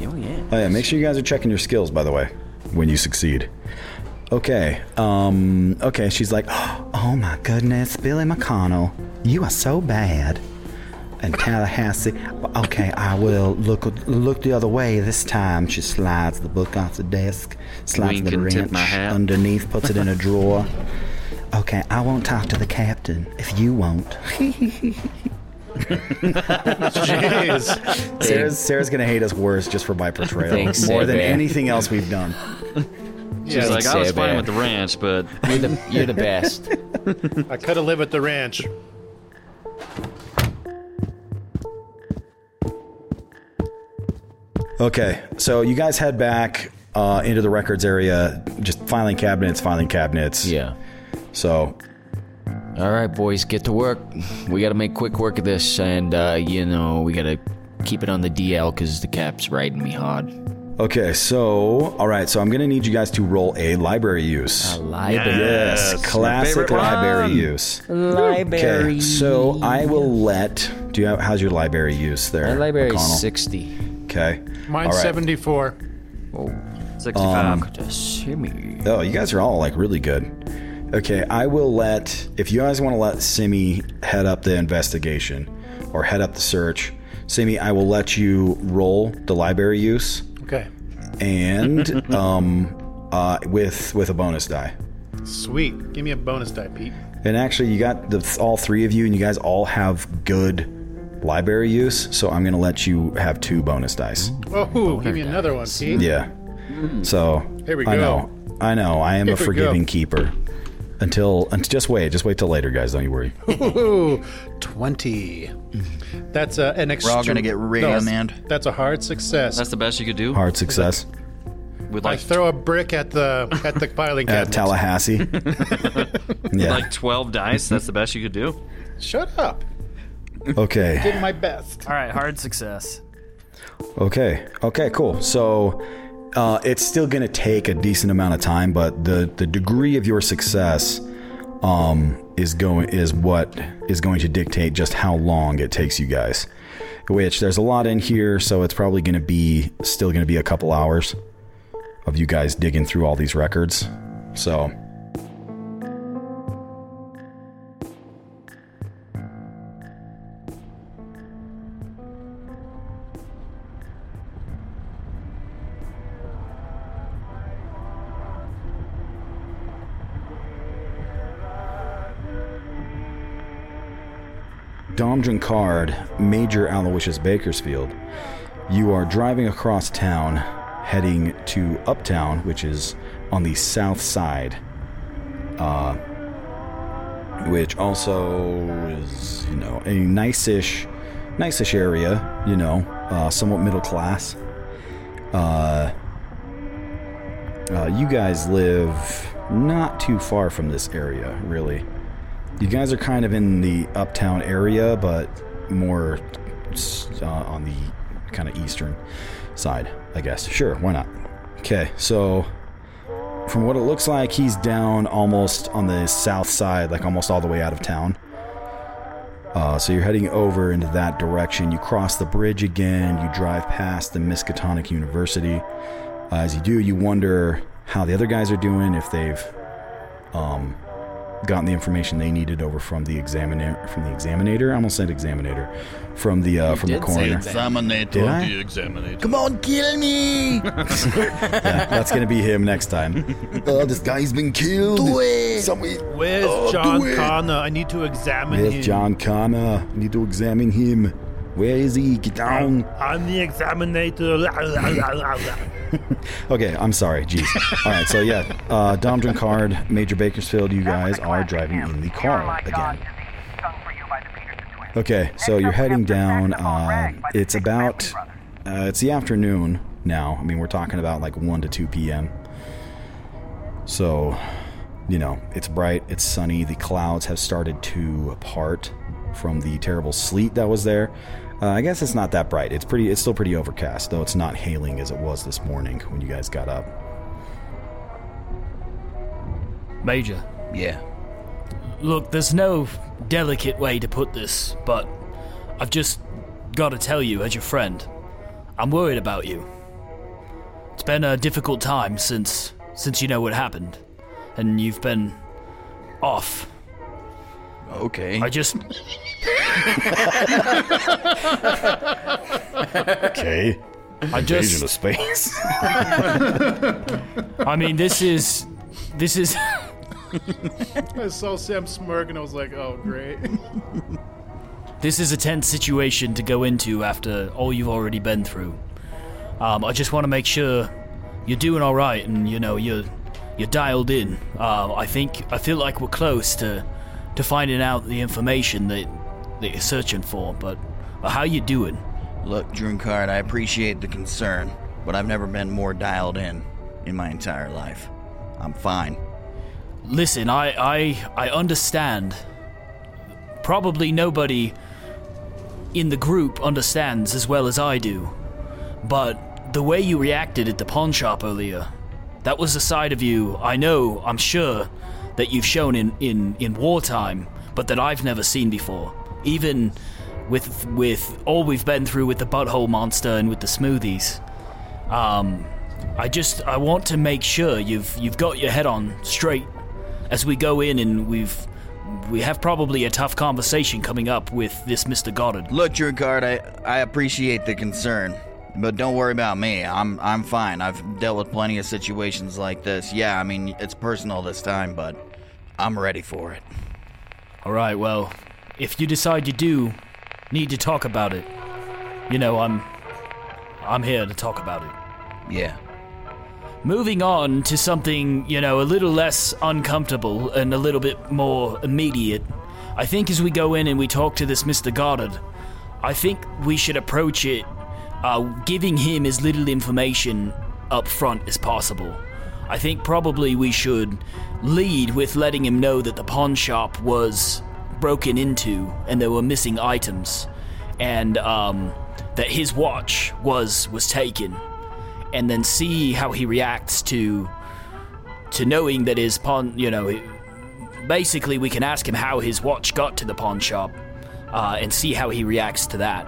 Speaker 6: Oh yeah.
Speaker 3: Oh yeah, make sure you guys are checking your skills, by the way, when you succeed. Okay. Um. Okay. She's like, "Oh my goodness, Billy McConnell, you are so bad." And Tallahassee, okay, I will look look the other way this time. She slides the book off the desk, slides
Speaker 9: Wink
Speaker 3: the
Speaker 9: and tip
Speaker 3: wrench
Speaker 9: my hat.
Speaker 3: underneath, puts it in a drawer. Okay, I won't talk to the captain if you won't.
Speaker 4: Jeez.
Speaker 3: Sarah's, Sarah's gonna hate us worse just for my portrayal,
Speaker 6: Thanks,
Speaker 3: more than
Speaker 6: Sarah.
Speaker 3: anything else we've done.
Speaker 9: She's like, I was
Speaker 6: Say
Speaker 9: fine
Speaker 6: that.
Speaker 9: with the ranch, but
Speaker 6: You're the, you're the best.
Speaker 4: I could have lived at the ranch.
Speaker 3: Okay, so you guys head back uh, into the records area, just filing cabinets, filing cabinets.
Speaker 6: Yeah.
Speaker 3: So,
Speaker 6: All right, boys, get to work. We got to make quick work of this, and uh, you know we got to keep it on the DL because the cap's riding me hard.
Speaker 3: okay, so, all right, so I'm going to need you guys to roll a library use.
Speaker 6: Library.
Speaker 3: Yes, classic
Speaker 9: favorite
Speaker 3: library
Speaker 9: one.
Speaker 3: use.
Speaker 6: Library.
Speaker 3: Okay, so I will let. Do you have, how's your library use there?
Speaker 6: My library's
Speaker 3: McConnell?
Speaker 6: sixty.
Speaker 3: Okay.
Speaker 4: Mine's
Speaker 3: all right. Um,
Speaker 4: 74.
Speaker 6: Oh,
Speaker 9: 65.
Speaker 6: simi.
Speaker 3: Oh, you guys are all like really good. Okay, I will let if you guys want to let Simi head up the investigation or head up the search. Simi, I will let you roll the library use
Speaker 4: Okay.
Speaker 3: and um uh with with a bonus die.
Speaker 4: Sweet. Give me a bonus die, Pete.
Speaker 3: And actually, you got the all three of you and you guys all have good library use, so I'm going to let you have two bonus dice.
Speaker 4: Oh, give me another one, Pete.
Speaker 3: Yeah. So
Speaker 4: Here we
Speaker 3: I
Speaker 4: go.
Speaker 3: know. I know. I am
Speaker 4: Here
Speaker 3: a
Speaker 4: we
Speaker 3: forgiving
Speaker 4: go.
Speaker 3: keeper. Until and just wait, just wait till later, guys. Don't you worry.
Speaker 4: Ooh, 20. That's a, an extra.
Speaker 5: all gonna get
Speaker 4: that's-
Speaker 5: rammed.
Speaker 4: That's a hard success.
Speaker 9: That's the best you could do
Speaker 3: Hard success
Speaker 9: with
Speaker 4: I
Speaker 9: like
Speaker 4: throw a brick at the at the filing cabinet.
Speaker 3: at Tallahassee. yeah.
Speaker 9: like 12 dice. That's the best you could do.
Speaker 4: Shut up.
Speaker 3: Okay.
Speaker 4: Did my best.
Speaker 11: All right, hard success.
Speaker 3: Okay. Okay. Cool. So uh, it's still going to take a decent amount of time, but the the degree of your success um, is going is what is going to dictate just how long it takes you guys. Which there's a lot in here, so it's probably going to be still going to be a couple hours of you guys digging through all these records. So Dom Drinkard, Major Aloysius Bakersfield. You are driving across town, heading to Uptown, which is on the south side, uh, which also is, you know, a nice-ish, nice-ish area. You know, uh, somewhat middle class. Uh, uh, you guys live not too far from this area, really. You guys are kind of in the uptown area, but more uh, on the kind of eastern side, I guess. Sure, why not? Okay, so from what it looks like, he's down almost on the south side, like almost all the way out of town. Uh, so you're heading over into that direction. You cross the bridge again. You drive past the Miskatonic University. Uh, as you do, you wonder how the other guys are doing, if they've um, gotten the information they needed over from the examiner, from the examinator. I almost said examinator, from the uh, from the
Speaker 12: did say
Speaker 3: coroner.
Speaker 12: examinator.
Speaker 3: Did I?
Speaker 12: The examinator.
Speaker 5: Come on, kill me!
Speaker 3: yeah, that's gonna be him next time. oh, this guy's been killed.
Speaker 4: Do
Speaker 5: it.
Speaker 4: Where's
Speaker 3: Oh,
Speaker 4: John
Speaker 3: do it.
Speaker 4: Connor? I need to examine
Speaker 3: Where's
Speaker 4: him.
Speaker 3: John Connor? Need to examine him. Where is he? Get down.
Speaker 4: I'm the examinator.
Speaker 3: Okay, I'm sorry. Jeez. All right, so yeah, uh, Dom Drinkard, Major Bakersfield, you guys are driving in the car again. Okay, so you're heading down. Uh, it's about. Uh, it's the afternoon now. I mean, we're talking about like 1 to 2 p.m. So, you know, it's bright, it's sunny, the clouds have started to part from the terrible sleet that was there. Uh, I guess it's not that bright. It's pretty. It's still pretty overcast, though it's not hailing as it was this morning when you guys got up.
Speaker 11: Major.
Speaker 5: Yeah.
Speaker 11: Look, there's no delicate way to put this, but I've just got to tell you, as your friend, I'm worried about you. It's been a difficult time since since you know what happened, and you've been off.
Speaker 5: Okay.
Speaker 11: I just
Speaker 3: Okay.
Speaker 11: I just
Speaker 3: Invasion of space.
Speaker 11: I mean, this is this is
Speaker 4: I saw Sam smirk and I was like, oh, great.
Speaker 11: this is a tense situation to go into after all you've already been through. Um, I just want to make sure you're doing all right, and you know you're you're dialed in. Uh, I think I feel like we're close to to finding out the information that that you're searching for. But how you doing?
Speaker 5: Look, Drunkard, I appreciate the concern, but I've never been more dialed in in my entire life. I'm fine.
Speaker 11: Listen, I, I I understand. Probably nobody in the group understands as well as I do. But the way you reacted at the pawn shop earlier, that was a side of you I know, I'm sure, that you've shown in, in, in wartime, but that I've never seen before. Even with with all we've been through with the butthole monster and with the smoothies. Um, I just I want to make sure you've you've got your head on straight as we go in and we've we have probably a tough conversation coming up with this Mr. Goddard.
Speaker 5: Look, Drunkard, I, I appreciate the concern, but don't worry about me. I'm I'm fine. I've dealt with plenty of situations like this. Yeah, I mean, it's personal this time, but I'm ready for it.
Speaker 11: All right, well, if you decide you do need to talk about it, you know, I'm I'm here to talk about it.
Speaker 5: Yeah.
Speaker 11: Moving on to something, you know, a little less uncomfortable and a little bit more immediate. I think as we go in and we talk to this Mr. Goddard, I think we should approach it uh, giving him as little information up front as possible. I think probably we should lead with letting him know that the pawn shop was broken into and there were missing items, and um, that his watch was was taken, and then see how he reacts to to knowing that his pawn, you know, basically we can ask him how his watch got to the pawn shop, uh, and see how he reacts to that.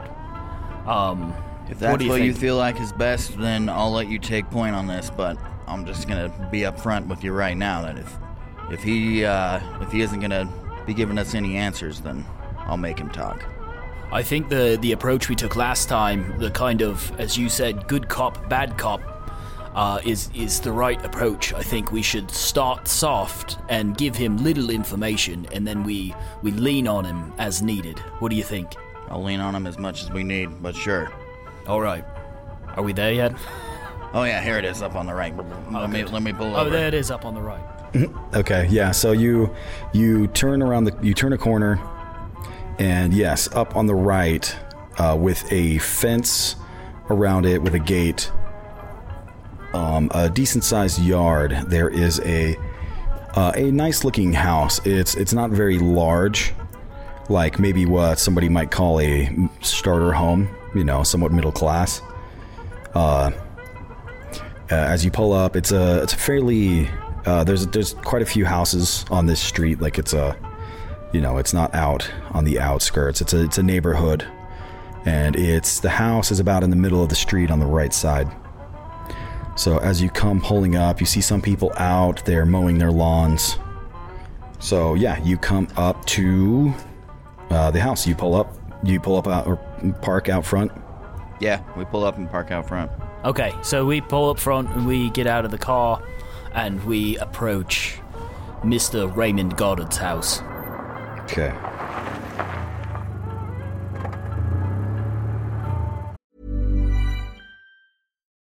Speaker 11: Um,
Speaker 5: If that's
Speaker 11: what
Speaker 5: what,
Speaker 11: do you
Speaker 5: you,
Speaker 11: think?
Speaker 5: feel like is best, then I'll let you take point on this. But I'm just gonna be upfront with you right now that if if he uh, if he isn't gonna be giving us any answers, then I'll make him talk.
Speaker 11: I think the the approach we took last time, the kind of as you said, good cop, bad cop, uh, is is the right approach. I think we should start soft and give him little information, and then we we lean on him as needed. What do you think?
Speaker 5: I'll lean on him as much as we need, but sure.
Speaker 11: All right. Are we there yet?
Speaker 5: Oh yeah, here it is up on the right. Let me let me pull
Speaker 11: Oh,
Speaker 5: over.
Speaker 11: there it is up on the right.
Speaker 3: Mm-hmm. Okay, yeah. So you you turn around the you turn a corner, and yes, up on the right, uh, with a fence around it with a gate, um, a decent sized yard. There is a uh, a nice looking house. It's it's not very large, like maybe what somebody might call a starter home. You know, somewhat middle class. Uh, uh, as you pull up, it's a it's a fairly uh, there's there's quite a few houses on this street. Like it's a you know it's not out on the outskirts. It's a it's a neighborhood, and it's the house is about in the middle of the street on the right side. So as you come pulling up, you see some people out. They're mowing their lawns. So yeah, you come up to uh, the house. You pull up. You pull up out or park out front.
Speaker 5: Yeah, we pull up and park out front.
Speaker 11: Okay, so we pull up front and we get out of the car and we approach Mr. Raymond Goddard's house.
Speaker 3: Okay.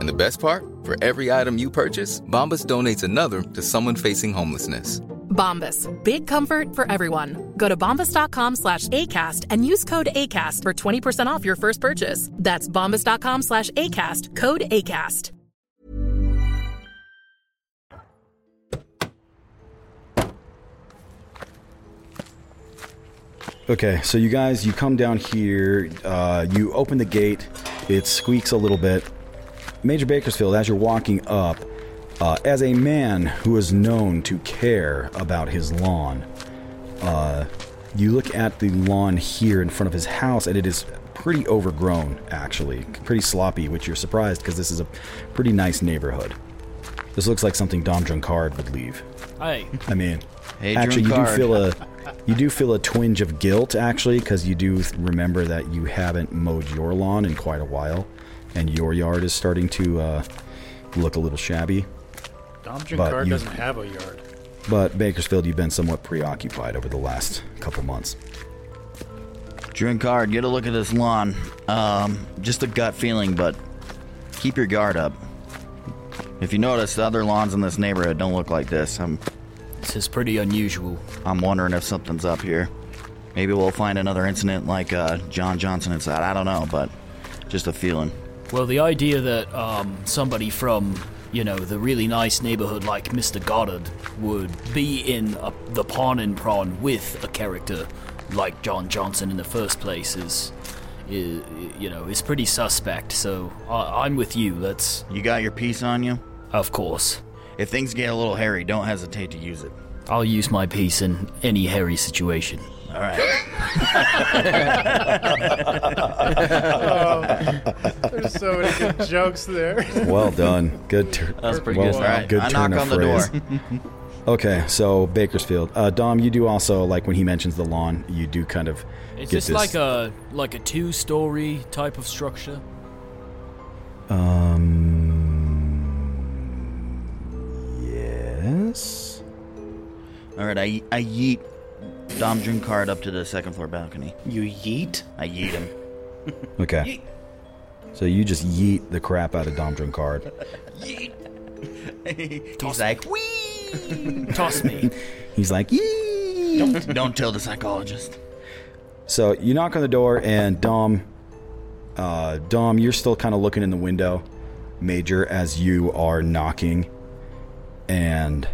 Speaker 13: And the best part? For every item you purchase, Bombas donates another to someone facing homelessness.
Speaker 14: Bombas. Big comfort for everyone. Go to bombas.com slash ACAST and use code ACAST for 20% off your first purchase. That's bombas.com slash ACAST. Code ACAST.
Speaker 3: Okay, so you guys, you come down here, uh, you open the gate, it squeaks a little bit. Major Bakersfield, as you're walking up, uh, as a man who is known to care about his lawn, uh, you look at the lawn here in front of his house, and it is pretty overgrown, actually, pretty sloppy, which you're surprised because this is a pretty nice neighborhood. This looks like something Dom Drunkard would leave.
Speaker 11: Hey.
Speaker 3: I mean,
Speaker 11: Hey,
Speaker 3: actually, you do
Speaker 11: Drunkard.
Speaker 3: feel a you do feel a twinge of guilt actually because you do th- remember that you haven't mowed your lawn in quite a while, and your yard is starting to uh, look a little shabby.
Speaker 4: Dom
Speaker 3: But
Speaker 4: Junkar
Speaker 3: you-
Speaker 4: doesn't have a yard.
Speaker 3: But Bakersfield, you've been somewhat preoccupied over the last couple months.
Speaker 5: Drink hard. Get a look at this lawn. Um, just a gut feeling, but keep your guard up. If you notice, the other lawns in this neighborhood don't look like this. I'm.
Speaker 11: This is pretty unusual.
Speaker 5: I'm wondering if something's up here. Maybe we'll find another incident like uh, John Johnson inside. I don't know, but just a feeling.
Speaker 11: Well, the idea that um, somebody from, you know, the really nice neighborhood like Mr. Goddard would be in a, the pawn and prawn with a character like John Johnson in the first place is, i you know, is pretty suspect. So I, I'm with you. Let's.
Speaker 5: You got your piece on you?
Speaker 11: Of course.
Speaker 5: If things get a little hairy, don't hesitate to use it.
Speaker 11: I'll use my piece in any hairy situation.
Speaker 5: All right.
Speaker 4: Um, There's so many good jokes there.
Speaker 3: Well done, good. Tur-
Speaker 4: That was pretty
Speaker 3: well,
Speaker 4: good. All right,
Speaker 3: Good
Speaker 4: I
Speaker 3: turn
Speaker 4: knock
Speaker 3: of
Speaker 4: on the door.
Speaker 3: phrase. okay, so Bakersfield, uh, Dom, you do also like when he mentions the lawn, you do kind of get
Speaker 11: Is this
Speaker 3: this
Speaker 11: like a like a two-story type of structure?
Speaker 3: Um. Yes.
Speaker 5: All right. I I yeet Dom Junkard up to the second floor balcony.
Speaker 7: You yeet?
Speaker 5: I yeet him.
Speaker 3: Okay. So you just yeet the crap out of Dom Drunkard.
Speaker 5: He's like, wee.
Speaker 11: Toss me.
Speaker 3: He's like, yee.
Speaker 5: Don't, don't tell the psychologist.
Speaker 3: So you knock on the door, and Dom, uh, Dom, you're still kind of looking in the window, Major, as you are knocking, and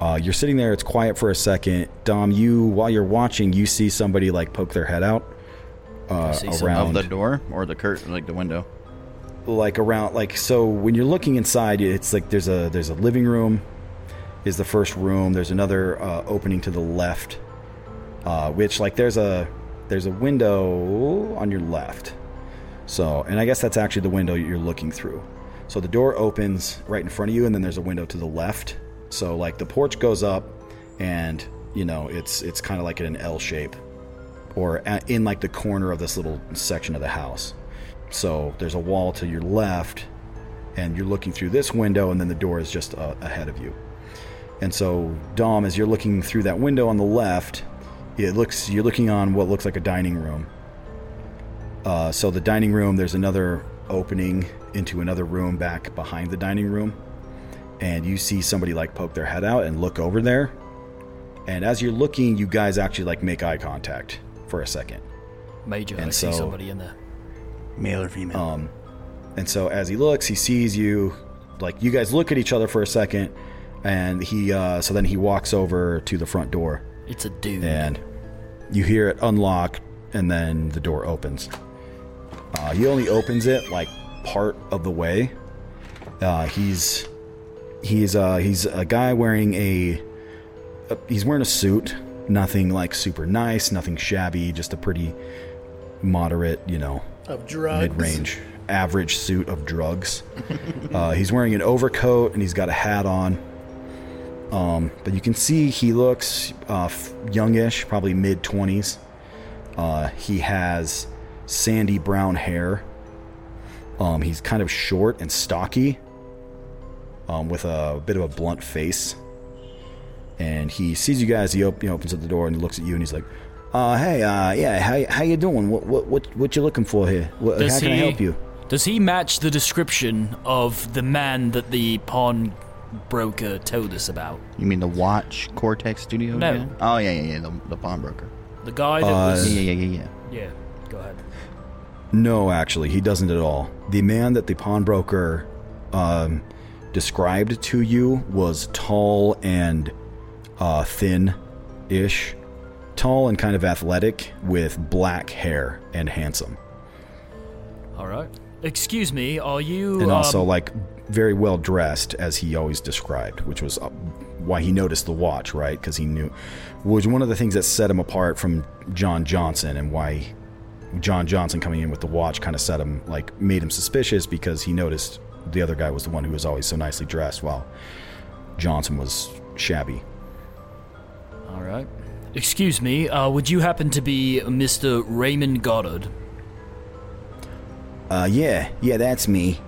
Speaker 3: uh, you're sitting there. It's quiet for a second. Dom, you while you're watching, you see somebody like poke their head out uh, around
Speaker 5: of the door or the curtain, like the window.
Speaker 3: like around like so when you're looking inside it's like there's a there's a living room is the first room there's another uh, opening to the left uh, which like there's a there's a window on your left so and i guess that's actually the window you're looking through so the door opens right in front of you and then there's a window to the left so like the porch goes up and you know it's it's kind of like in an l shape or a- in like the corner of this little section of the house. So there's a wall to your left, and you're looking through this window, and then the door is just uh, ahead of you. And so, Dom, as you're looking through that window on the left, it looks you're looking on what looks like a dining room. Uh, so the dining room, there's another opening into another room back behind the dining room, and you see somebody like poke their head out and look over there, And as you're looking, you guys actually like make eye contact for a second.
Speaker 11: Major,
Speaker 3: And
Speaker 11: I
Speaker 3: so-
Speaker 11: see somebody in there.
Speaker 3: Male or female. Um, and so as he looks, he sees you. Like you guys look at each other for a second, and he uh, so then he walks over to the front door.
Speaker 11: It's a dude.
Speaker 3: And you hear it unlock, and then the door opens. Uh, he only opens it like part of the way. Uh, he's he's uh, he's a guy wearing a uh, he's wearing a suit. Nothing like super nice, nothing shabby, just a pretty moderate, you know,
Speaker 15: Of drugs.
Speaker 3: mid-range, average suit of drugs. uh, he's wearing an overcoat and he's got a hat on. Um, but you can see he looks uh, f- youngish, probably mid twenties. Uh, he has sandy brown hair. Um, he's kind of short and stocky, um, with a bit of a blunt face. And he sees you guys. He, op- he opens up the door and he looks at you and he's like, uh, "Hey, uh, yeah, how, how you doing? What what what what you looking for here? What, how can I help you?"
Speaker 11: Does he match the description of the man that the pawn broker told us about?
Speaker 5: You mean the Watch Cortex Studio?
Speaker 11: No.
Speaker 5: guy? Oh yeah, yeah, yeah. The, the pawnbroker.
Speaker 11: The guy that
Speaker 3: Uh,
Speaker 11: was.
Speaker 5: Yeah, yeah, yeah, yeah.
Speaker 11: Yeah, go ahead.
Speaker 3: No, actually, he doesn't at all. The man that the pawnbroker um, described to you was tall and uh, thin ish. Tall and kind of athletic with black hair and handsome.
Speaker 11: All right. Excuse me, are you.
Speaker 3: and also,
Speaker 11: um,
Speaker 3: like, very well dressed as he always described, which was uh, why he noticed the watch, right? Because he knew. Was one of the things that set him apart from John Johnson and why John Johnson coming in with the watch kind of set him, like, made him suspicious because he noticed the other guy was the one who was always so nicely dressed while Johnson was shabby.
Speaker 11: All right. Excuse me, uh, would you happen to be Mr. Raymond Goddard?
Speaker 3: Uh, yeah, yeah, that's me.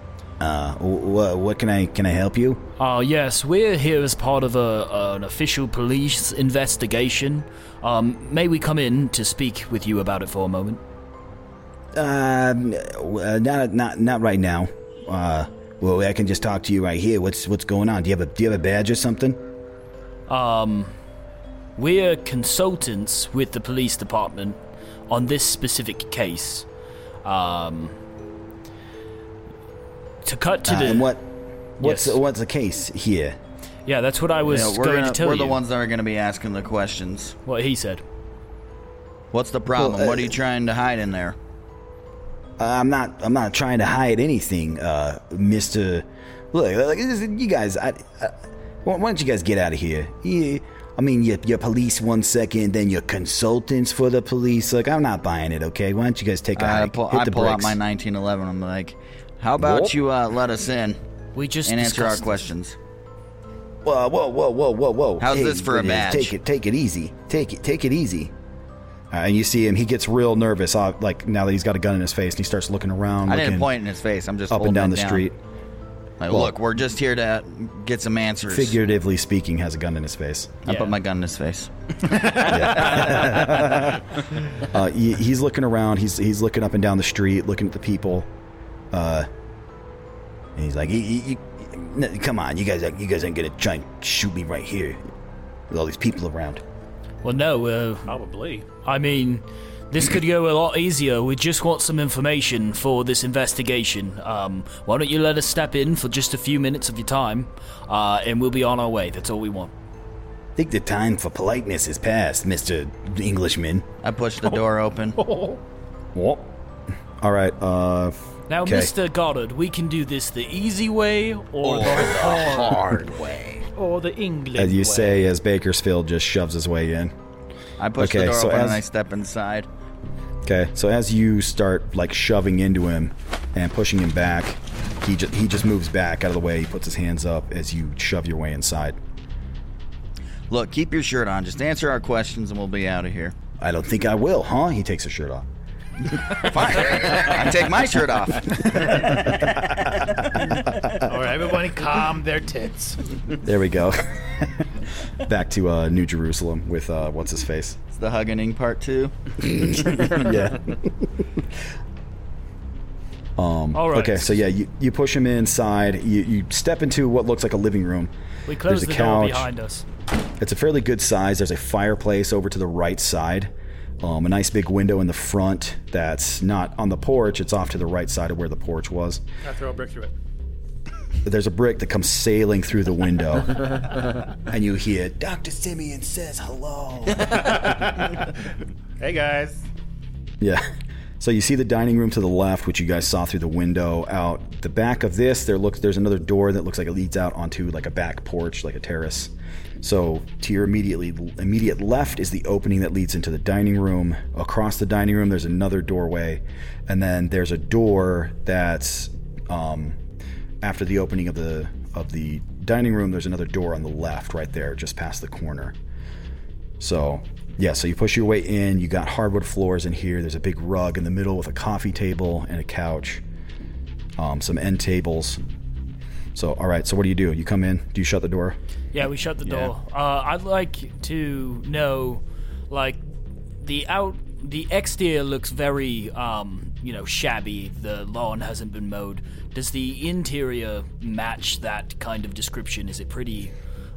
Speaker 3: Uh, wh- what can I can I help you?
Speaker 11: Uh, yes, we're here as part of a, an official police investigation. Um, may we come in to speak with you about it for a moment?
Speaker 3: Um, uh, not not not right now. Uh, well, I can just talk to you right here. What's what's going on? Do you have a do you have a badge or something?
Speaker 11: Um, we're consultants with the police department on this specific case. Um, to cut to
Speaker 3: Uh,
Speaker 11: the
Speaker 3: and what what's
Speaker 11: Yes.
Speaker 3: what's the case here?
Speaker 11: yeah, that's what I was
Speaker 5: Yeah, we're
Speaker 11: going
Speaker 5: gonna-
Speaker 11: to tell
Speaker 5: We're
Speaker 11: you.
Speaker 5: the ones that are going to be asking the questions.
Speaker 11: What he said.
Speaker 5: What's the problem?
Speaker 3: Well, uh,
Speaker 5: what are you trying to hide in there?
Speaker 3: Uh, I'm not I'm not trying to hide anything, uh, Mister. Look, like, this is- you guys, I, I, why why don't you guys get out of here? Yeah, I mean, you're, you're police one second, then you're consultants for the police. Like, I'm not buying it. Okay, why don't you guys take a
Speaker 5: I
Speaker 3: hike,
Speaker 5: pull,
Speaker 3: hit
Speaker 5: I
Speaker 3: the
Speaker 5: pull out
Speaker 3: brakes?
Speaker 5: my 1911. I'm like, how about
Speaker 3: Whoop.
Speaker 5: you uh, let us in?
Speaker 11: We just
Speaker 5: and answer our
Speaker 3: discussed-
Speaker 5: questions.
Speaker 3: Whoa, whoa, whoa, whoa, whoa, whoa!
Speaker 5: How's this for a
Speaker 3: it is.
Speaker 5: badge?
Speaker 3: Take it, take it easy. Take it, take it easy. Uh, and you see him; he gets real nervous. Uh, like now that he's got a gun in his face, and he starts looking around.
Speaker 5: I didn't
Speaker 3: looking
Speaker 5: point in his face. I'm just
Speaker 3: up and
Speaker 5: holding
Speaker 3: down
Speaker 5: it
Speaker 3: the street.
Speaker 5: Like,
Speaker 3: Well-
Speaker 5: look, we're just here to get some answers.
Speaker 3: Figuratively speaking, has a gun in his face.
Speaker 5: I put my gun in his face.
Speaker 3: uh, he, he's looking around. He's he's looking up and down the street, looking at the people. Uh, and he's like, "You- you- you- no, "Come on, you guys, ain't- you guys ain't gonna try and shoot me right here with all these people around."
Speaker 11: Well, no. Uh,
Speaker 4: Probably.
Speaker 11: I mean, this could go a lot easier. We just want some information for this investigation. Um, why don't you let us step in for just a few minutes of your time, uh, and we'll be on our way. That's all we want.
Speaker 3: I think the time for politeness is past, Mister Englishman.
Speaker 5: I pushed the door open.
Speaker 3: What? All right. Uh,
Speaker 11: Now,
Speaker 3: okay.
Speaker 11: Mr. Goddard, we can do this the easy way or,
Speaker 3: Or
Speaker 11: the
Speaker 3: the
Speaker 11: hard,
Speaker 3: hard
Speaker 11: way. Or the English
Speaker 3: As you
Speaker 11: way.
Speaker 3: say, as Bakersfield just shoves his way in.
Speaker 5: I push the
Speaker 3: Okay,
Speaker 5: door
Speaker 3: so
Speaker 5: open
Speaker 3: as-
Speaker 5: and I step inside.
Speaker 3: Okay, so as you start like shoving into him and pushing him back, he just he just moves back out of the way. He puts his hands up as you shove your way inside.
Speaker 5: Look, keep your shirt on. Just answer our questions and we'll be out of here.
Speaker 3: I don't think I will, huh? He takes his shirt off.
Speaker 5: I take my shirt off.
Speaker 4: All right, everybody calm their tits.
Speaker 3: There we go. back to uh, New Jerusalem with uh, what's his face?
Speaker 5: It's the hugging part two.
Speaker 3: yeah. Um,
Speaker 5: All right.
Speaker 3: Okay, so yeah, you, you push him inside. You, you step into what looks like a living room.
Speaker 11: We close
Speaker 3: There's a
Speaker 11: the door
Speaker 3: couch.
Speaker 11: behind us.
Speaker 3: It's a fairly good size. There's a fireplace over to the right side, um, a nice big window in the front that's not on the porch. It's off to the right side of where the porch was.
Speaker 4: I throw a brick through it.
Speaker 3: There's a brick that comes sailing through the window, and you hear
Speaker 2: Dr. Simeon says hello.
Speaker 4: hey guys.
Speaker 3: Yeah. So you see the dining room to the left, which you guys saw through the window. Out the back of this, there looks there's another door that looks like it leads out onto like a back porch, like a terrace. So to your immediately immediate left is the opening that leads into the dining room. Across the dining room, there's another doorway, and then there's a door that's um, after the opening of the of the dining room. There's another door on the left, right there, just past the corner. So, yeah, so you push your way in. You got hardwood floors in here. There's a big rug in the middle with a coffee table and a couch, um, some end tables. So, all right, so what do you do? You come in, do you shut the door?
Speaker 11: Yeah, we shut the
Speaker 3: Yeah.
Speaker 11: door. Uh, I'd like to know, like, the out the exterior looks very, um, you know, shabby. The lawn hasn't been mowed. Does the interior match that kind of description? Is it pretty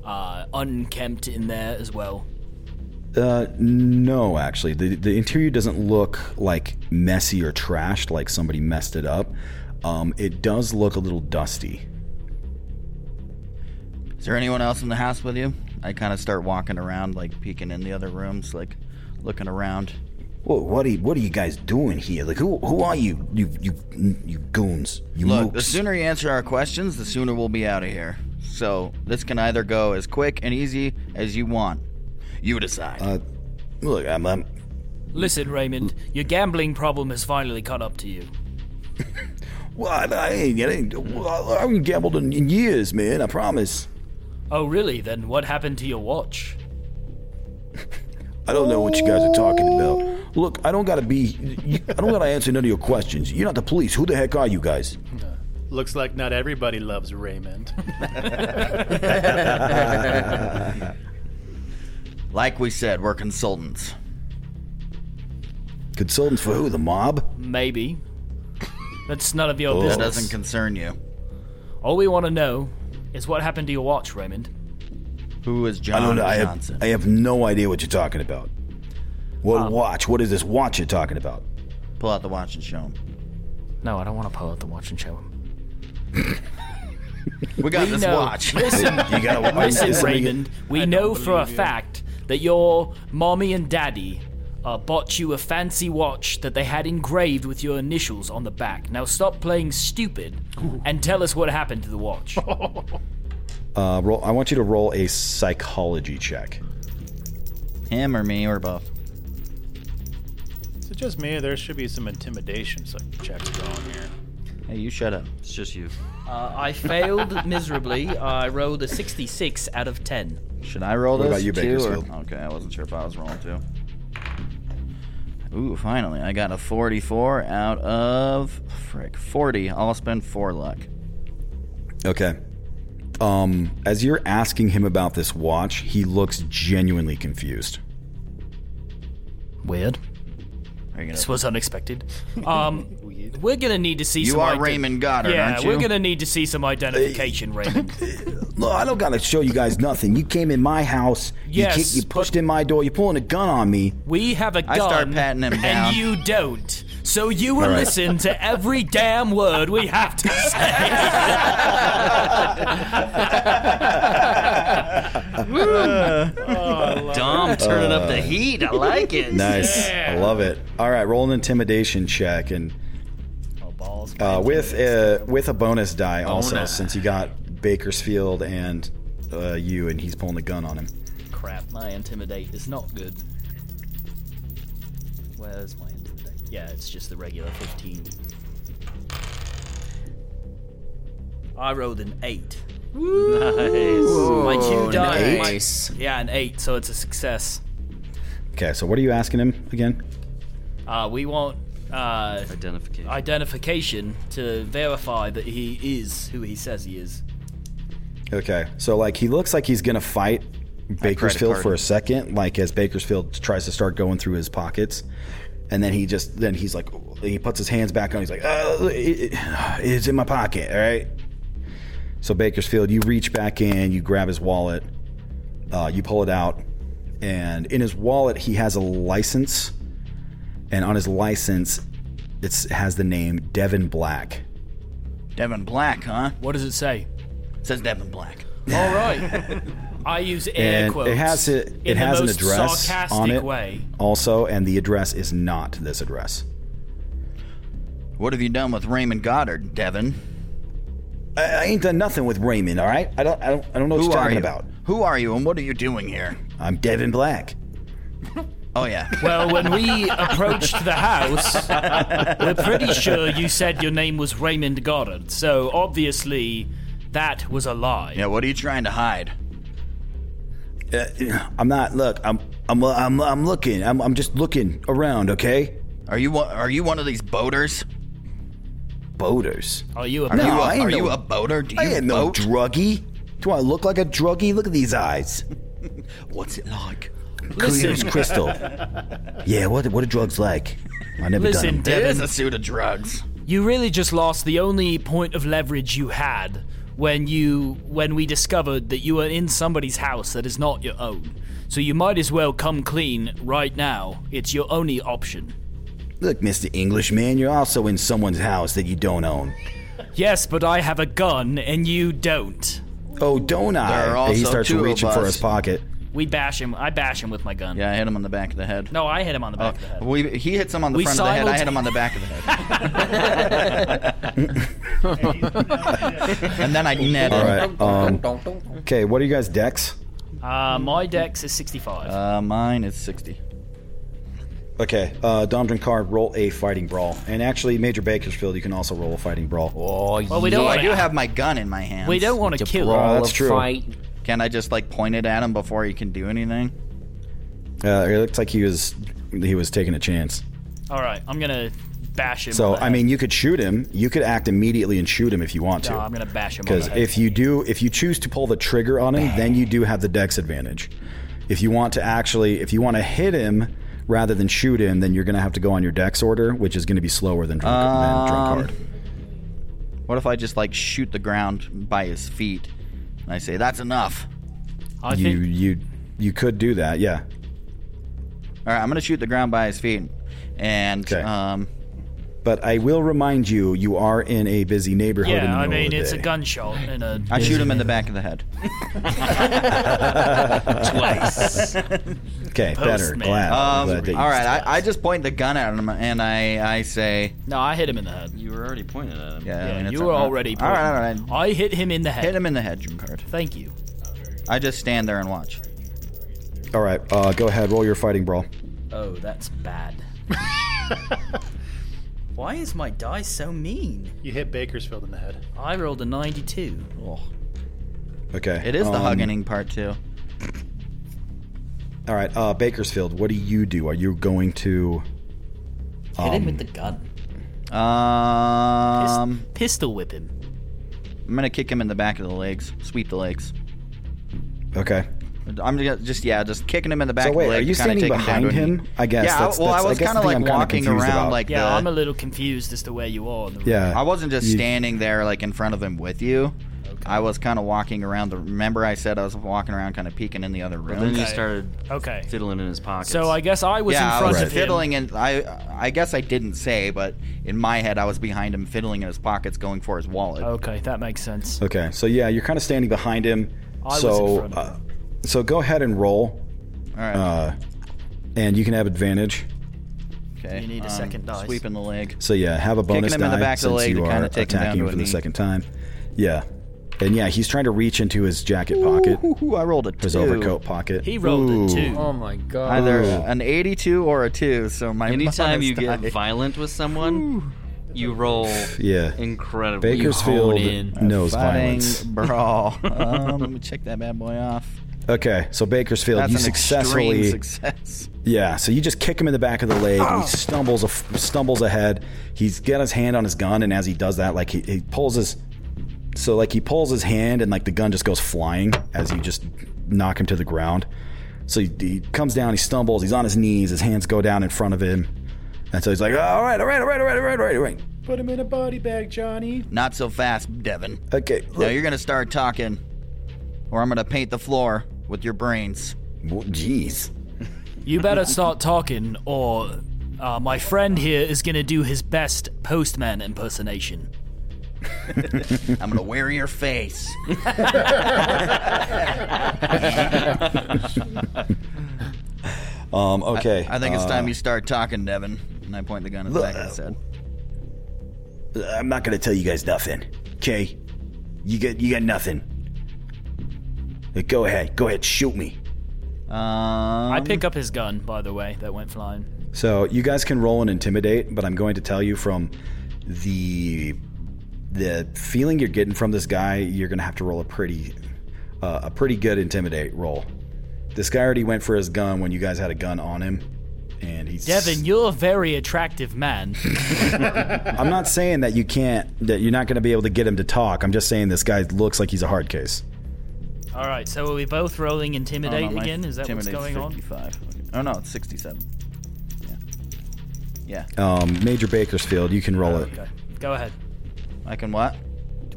Speaker 11: uh, unkempt in there as well?
Speaker 3: Uh, no, actually, the the interior doesn't look like messy or trashed, like somebody messed it up. Um, it does look a little dusty.
Speaker 5: Is there anyone else in the house with you? I kind of start walking around, like peeking in the other rooms, like looking around.
Speaker 3: What what are you, what are you guys doing here? Like who who are you? You you you goons. You
Speaker 5: Look, the sooner you answer our questions, the sooner we'll be out of here. So this can either go as quick and easy as you want. You decide.
Speaker 3: Uh, look, I'm, I'm
Speaker 11: Listen, Raymond, your gambling problem has finally caught up to you.
Speaker 3: Well, I, I ain't, I ain't, I haven't gambled in, in years, man. I promise.
Speaker 11: Oh, really? Then what happened to your watch?
Speaker 3: I don't know what you guys are talking about. Look, I don't gotta be. You, I don't gotta answer none of your questions. You're not the police. Who the heck are you guys?
Speaker 4: Looks like not everybody loves Raymond.
Speaker 5: like we said, we're consultants.
Speaker 3: Consultants for who? The mob?
Speaker 11: Maybe. That's none of your
Speaker 5: Oh. that
Speaker 11: business.
Speaker 5: doesn't concern you.
Speaker 11: All we want to know is what happened to your watch, Raymond.
Speaker 5: Who is
Speaker 3: I don't
Speaker 11: John
Speaker 3: know. I
Speaker 11: Johnson.
Speaker 3: have, I have no idea what you're talking about. What watch? What is this watch you're talking about?
Speaker 5: Um, Pull out the watch and show him.
Speaker 11: No, I don't want to pull out the watch and show him.
Speaker 5: We got this watch.
Speaker 11: Listen,
Speaker 5: You gotta watch
Speaker 11: listen,
Speaker 5: this.
Speaker 11: Raymond. We know for a fact that your mommy and daddy uh, bought you a fancy watch that they had engraved with your initials on the back. Now stop playing stupid and tell us what happened to the watch.
Speaker 3: Uh, roll, I want you to roll a psychology check.
Speaker 5: Him or me or both?
Speaker 4: Is it just me? There should be some intimidation so checks going here.
Speaker 5: Hey, you shut up.
Speaker 9: It's just you.
Speaker 15: Uh, I failed miserably. I rolled a 66 out of 10.
Speaker 5: Should I roll
Speaker 15: What
Speaker 5: this?
Speaker 15: about you,
Speaker 5: too,
Speaker 15: Bakersfield?
Speaker 5: or- Okay, I wasn't sure if I was rolling too. Ooh, finally, I got a 44 out of frick 40. I'll spend four luck.
Speaker 3: Okay. Um, as you're asking him about this watch, he looks genuinely confused.
Speaker 11: Weird. This was unexpected. Um, we're gonna need to see
Speaker 3: You
Speaker 11: some.
Speaker 3: are
Speaker 11: iden-
Speaker 3: Raymond Goddard,
Speaker 11: yeah,
Speaker 3: aren't
Speaker 11: we're
Speaker 3: you?
Speaker 11: gonna need to see some identification, Raymond.
Speaker 3: Look, I don't gotta show you guys nothing. You came in my house.
Speaker 11: Yes,
Speaker 3: You, kicked, you pushed in my door. You're pulling a gun on me.
Speaker 11: We have a gun,
Speaker 3: I start patting him down.
Speaker 11: and you don't. So you will
Speaker 3: All right.
Speaker 11: listen to every damn word we have to say.
Speaker 9: Dom turning up the heat. I like it.
Speaker 3: Uh, Nice. I love it. All right, roll an intimidation check and uh, with a, with a bonus die also
Speaker 15: Bonus.
Speaker 3: since you got Bakersfield and uh, you and he's pulling a gun on him.
Speaker 15: Crap, my intimidate is not good. Where's my intimidate? Yeah, it's just the regular 15. I rolled an 8.
Speaker 11: Nice. My two
Speaker 15: An
Speaker 11: die.
Speaker 15: eight?
Speaker 11: my- yeah, an eight, so it's a success.
Speaker 3: Okay, so what are you asking him again?
Speaker 11: Uh, we want uh, identification identification to verify that he is who he says he is.
Speaker 3: Okay, so like he looks like he's gonna fight Bakersfield
Speaker 11: card.
Speaker 3: for a second, like as Bakersfield tries to start going through his pockets, and then he just then he's like he puts his hands back on. He's like, "Uh, it- it- it's in my pocket, all right. So Bakersfield, you reach back in, you grab his wallet, Uh, you pull it out, and in his wallet he has a license, and on his license, it's, it has the name Devin Black.
Speaker 5: Devin Black, huh?
Speaker 11: What does it say?
Speaker 5: It says Devin Black.
Speaker 11: All right. I use air
Speaker 3: and
Speaker 11: quotes.
Speaker 3: it has it. It
Speaker 11: in
Speaker 3: has
Speaker 11: the
Speaker 3: an
Speaker 11: most
Speaker 3: address
Speaker 11: sarcastic
Speaker 3: on it
Speaker 11: way.
Speaker 3: also, and the address is not this address.
Speaker 5: What have you done with Raymond Goddard, Devin?
Speaker 3: I, I ain't done nothing with Raymond. All right, I don't. I don't. I don't know what
Speaker 5: Who
Speaker 3: you're
Speaker 5: are
Speaker 3: talking
Speaker 5: you?
Speaker 3: about.
Speaker 5: Who are you, and what are you doing here?
Speaker 3: I'm Devin Black.
Speaker 5: Oh yeah.
Speaker 11: Well, when we approached the house, we're pretty sure you said your name was Raymond Goddard. So obviously, that was a lie.
Speaker 5: Yeah. What are you trying to hide?
Speaker 3: Uh, I'm not. Look, I'm. I'm. I'm. I'm looking. I'm. I'm just looking around. Okay.
Speaker 5: Are you? one- Are you one of these boaters?
Speaker 3: Boaters.
Speaker 11: Are you
Speaker 5: Are you a- are you a boater? Do
Speaker 3: I
Speaker 5: you
Speaker 3: ain't
Speaker 5: boat?
Speaker 3: no druggie. Do I look like a druggie? Look at these eyes.
Speaker 5: What's it like?
Speaker 3: Clear as crystal. Yeah. What? What are drugs like? I never
Speaker 11: Listen,
Speaker 3: done them.
Speaker 11: Devin. It is
Speaker 5: a suit of drugs.
Speaker 11: You really just lost the only point of leverage you had when you when we discovered that you were in somebody's house that is not your own. So you might as well come clean right now. It's your only option.
Speaker 3: Look, Mister Englishman, you're also in someone's house that you don't own.
Speaker 11: Yes, but I have a gun and you don't.
Speaker 3: Oh, don't I?
Speaker 11: There are
Speaker 3: he
Speaker 11: also
Speaker 3: starts
Speaker 11: two of
Speaker 3: reaching for
Speaker 11: us.
Speaker 3: his pocket.
Speaker 11: We bash him. I bash him with my gun.
Speaker 5: Yeah, I hit him on the back of the head. Oh,
Speaker 11: No, I hit him on the back of the head.
Speaker 5: We, he hits him on the
Speaker 11: We
Speaker 5: front of the head. I hit him on the back of the head. and then I net
Speaker 3: All
Speaker 5: him.
Speaker 3: right. Um, okay, what are you guys decks?
Speaker 11: Uh, my dex is 65.
Speaker 5: Uh, mine is 60.
Speaker 3: Okay, uh, Dom Drinkard, roll a fighting brawl. And actually, Major Bakersfield, you can also roll a fighting brawl.
Speaker 6: Oh,
Speaker 11: Well, we don't
Speaker 5: I
Speaker 11: wanna-
Speaker 5: do have my gun in my hand.
Speaker 11: We don't wanna To kill him.
Speaker 3: brawl, That's true. fight.
Speaker 5: Can I just like point it at him before he can do anything?
Speaker 3: Uh, it looks like he was he was taking a chance.
Speaker 11: All right, I'm gonna bash him.
Speaker 3: So
Speaker 11: with my
Speaker 3: I mean, you could shoot him. You could act immediately and shoot him if you want
Speaker 11: No,
Speaker 3: to.
Speaker 11: I'm gonna bash him on
Speaker 3: Because
Speaker 11: the head.
Speaker 3: if you do, if you choose to pull the trigger on him, then you do have the dex advantage. If you want to actually, if you want to hit him rather than shoot him, then you're going to have to go on your dex order, which is going to be slower than drunk, than drunk
Speaker 5: Um, What if I just like shoot the ground by his feet and I say, that's enough?
Speaker 11: I
Speaker 3: you you you could do that, yeah.
Speaker 5: All right, I'm going to shoot the ground by his feet. And um,
Speaker 3: But I will remind you, you are in a busy neighborhood. in the
Speaker 11: yeah, I
Speaker 3: middle of
Speaker 11: mean
Speaker 3: the
Speaker 11: it's a
Speaker 3: day.
Speaker 11: gunshot and a.
Speaker 5: I shoot him in the back of the head.
Speaker 11: Twice.
Speaker 3: Okay, better.
Speaker 5: Postman.
Speaker 3: Glad.
Speaker 5: Um,
Speaker 3: glad that you-
Speaker 5: all right, I, I just point the gun at him and I, I say,
Speaker 11: No, I hit him in the head.
Speaker 9: You were already pointed at him.
Speaker 5: Yeah, I mean, it's
Speaker 11: you
Speaker 5: a-
Speaker 11: were already.
Speaker 5: All right, all
Speaker 11: pointing. I hit him in the head.
Speaker 5: Hit him in the head, Drunkard.
Speaker 11: Thank you.
Speaker 5: I just stand there and watch.
Speaker 3: All right, uh, go ahead. Roll your fighting brawl.
Speaker 15: Oh, that's bad. Why is my die so mean?
Speaker 4: You hit Bakersfield in the head.
Speaker 15: I rolled a 92.
Speaker 3: Okay.
Speaker 5: It is the
Speaker 3: um,
Speaker 5: hugging part too.
Speaker 3: All right, uh, Bakersfield. What do you do? Are you going to?
Speaker 15: Hit him
Speaker 3: um,
Speaker 15: with the gun.
Speaker 5: Um,
Speaker 11: pistol whip him.
Speaker 5: I'm gonna kick him in the back of the legs, sweep the legs.
Speaker 3: Okay.
Speaker 5: I'm gonna just yeah, just kicking him in the back.
Speaker 3: So wait,
Speaker 5: of the
Speaker 3: are
Speaker 5: leg
Speaker 3: you
Speaker 5: to kinda
Speaker 3: standing
Speaker 5: take him down
Speaker 3: behind
Speaker 5: to a
Speaker 3: him?
Speaker 5: knee.
Speaker 3: I guess
Speaker 5: Yeah,
Speaker 3: that's-
Speaker 5: well,
Speaker 3: that's-
Speaker 5: I
Speaker 3: I
Speaker 5: was
Speaker 3: guess
Speaker 5: kind of
Speaker 3: the
Speaker 5: like
Speaker 3: thing I'm kinda
Speaker 5: walking
Speaker 3: confused
Speaker 5: around
Speaker 3: about.
Speaker 5: like
Speaker 11: yeah,
Speaker 5: the.
Speaker 11: I'm a little confused as to where you are. In the room.
Speaker 3: Yeah.
Speaker 5: I wasn't just
Speaker 3: You-
Speaker 5: standing there like in front of him with you. I was kind of walking around. The, remember, I said I was walking around, kind of peeking in the other room.
Speaker 9: But then you started
Speaker 11: Okay.
Speaker 9: fiddling in his pockets.
Speaker 11: So I guess I was
Speaker 5: yeah,
Speaker 11: in front
Speaker 5: I was
Speaker 11: of him.
Speaker 5: fiddling, and I I guess I didn't say, but in my head, I was behind him, fiddling in his pockets, going for his wallet.
Speaker 11: Okay, that makes sense.
Speaker 3: Okay, so yeah, you're kind of standing behind him.
Speaker 11: I was
Speaker 3: so,
Speaker 11: in front
Speaker 3: uh, so go ahead and roll.
Speaker 5: All right.
Speaker 3: Uh, and you can have advantage.
Speaker 5: Okay. um,
Speaker 15: You need a second dice.
Speaker 5: Sweeping the leg.
Speaker 3: So yeah, have a bonus
Speaker 5: Kicking him in the
Speaker 3: die
Speaker 5: back of the
Speaker 3: since
Speaker 5: leg
Speaker 3: you
Speaker 5: to
Speaker 3: are
Speaker 5: kinda take him down
Speaker 3: attacking
Speaker 5: to
Speaker 3: him
Speaker 5: a
Speaker 3: for the
Speaker 5: knee.
Speaker 3: second time. Yeah, and yeah, he's trying to reach into his jacket pocket.
Speaker 5: Ooh, I rolled a
Speaker 3: His
Speaker 5: two.
Speaker 3: overcoat pocket. Ooh.
Speaker 6: Oh my god.
Speaker 5: Either an 82 or a 2, so my
Speaker 9: Anytime
Speaker 5: bonus
Speaker 9: you get
Speaker 5: die-
Speaker 9: violent with someone, you roll
Speaker 3: Yeah.
Speaker 9: incredibly.
Speaker 3: Bakersfield
Speaker 9: You hone in.
Speaker 3: knows
Speaker 5: Fighting
Speaker 3: violence.
Speaker 5: brawl. um, let me check that bad boy off.
Speaker 3: Okay, so Bakersfield,
Speaker 5: That's
Speaker 3: you
Speaker 5: an
Speaker 3: successfully
Speaker 5: extreme success.
Speaker 3: Yeah, so you just kick him in the back of the leg. And he stumbles, af- stumbles ahead. He's got his hand on his gun, and as he does that, like he, he pulls his, so like he pulls his hand, and like the gun just goes flying as you just knock him to the ground. So he, he comes down, he stumbles, he's on his knees, his hands go down in front of him, and so he's like, all right, all right, all right, all right, all right, all right, all right.
Speaker 4: Put him in a body bag, Johnny.
Speaker 5: Not so fast, Devin.
Speaker 3: Okay.
Speaker 5: Now you're going to start talking, or I'm going to paint the floor. with your brains.
Speaker 11: Jeez. You better start talking, or uh, my friend here is gonna do his best postman impersonation.
Speaker 5: I'm gonna wear your face.
Speaker 3: Um, okay.
Speaker 5: I, I think it's
Speaker 3: uh,
Speaker 5: time you start talking, Devin. And I point the gun at
Speaker 3: Look,
Speaker 5: Zach and said,
Speaker 3: Uh, I'm not gonna tell you guys nothing. Okay? You got you got nothing. Uh, Go ahead, go ahead, shoot me. Um,
Speaker 11: I pick up his gun, by the way, that went flying.
Speaker 3: So you guys can roll and intimidate, but I'm going to tell you from the the feeling you're getting from this guy, you're gonna have to roll a pretty uh, a pretty good intimidate roll. This guy already went for his gun when you guys had a gun on him, and he's
Speaker 11: Devin, you're a very attractive man.
Speaker 3: I'm not saying that you can't that you're not gonna be able to get him to talk. I'm just saying this guy looks like he's a hard case.
Speaker 11: All right, so are we both rolling intimidate
Speaker 5: Oh, no, my
Speaker 11: again? Is that what's
Speaker 5: intimidate's
Speaker 11: going on?
Speaker 5: 55. Okay. Oh no, it's 67. Yeah.
Speaker 3: Um, Major Bakersfield, you can roll it.
Speaker 11: Okay, go ahead.
Speaker 5: I can what?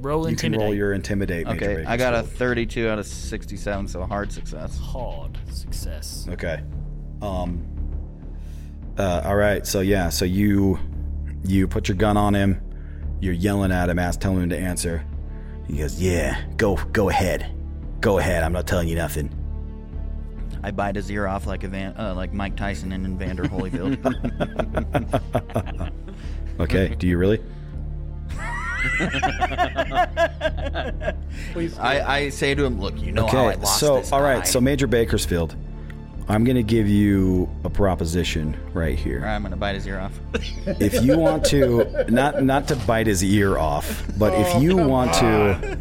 Speaker 11: Roll
Speaker 3: You can roll your intimidate. Major
Speaker 5: Okay, I got a
Speaker 3: Bakersfield.
Speaker 5: 32 out of 67, so a hard success.
Speaker 11: Hard success.
Speaker 3: Okay. Um. Uh, all right. So yeah. So you you put your gun on him. You're yelling at him, ask, telling him to answer. He goes, "Yeah, go go ahead, go ahead. I'm not telling you nothing."
Speaker 5: I bite his ear off like a Van, uh, like Mike Tyson and Vander Holyfield.
Speaker 3: Okay. do you really?
Speaker 5: I, I say to him, "Look, you know how I
Speaker 3: okay.
Speaker 5: lost
Speaker 3: So
Speaker 5: this
Speaker 3: all right.
Speaker 5: guy."
Speaker 3: So Major Bakersfield, I'm gonna give you a proposition right here.
Speaker 5: All right, I'm gonna bite his ear off.
Speaker 3: if you want to not not to bite his ear off but
Speaker 5: Oh,
Speaker 3: if you
Speaker 5: come
Speaker 3: want to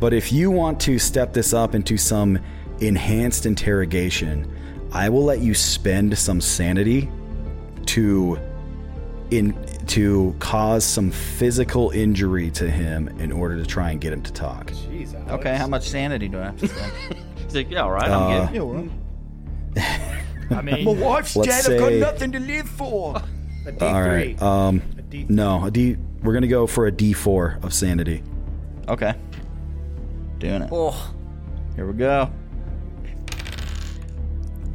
Speaker 3: but if you want to step this up into some enhanced interrogation i will let you spend some sanity to in to cause some physical injury to him in order to try and get him to talk
Speaker 5: okay, how much sanity do I have to spend?
Speaker 9: He's like, yeah, all right,
Speaker 3: Uh,
Speaker 9: I'm
Speaker 3: Yeah,
Speaker 9: good.
Speaker 11: I
Speaker 3: mean- My wife's Let's dead, I've got say- nothing
Speaker 5: to live for.
Speaker 4: A D3.
Speaker 3: all right um no a d we're gonna go for a d4 of sanity
Speaker 5: okay doing it
Speaker 15: Oh,
Speaker 5: Here we go.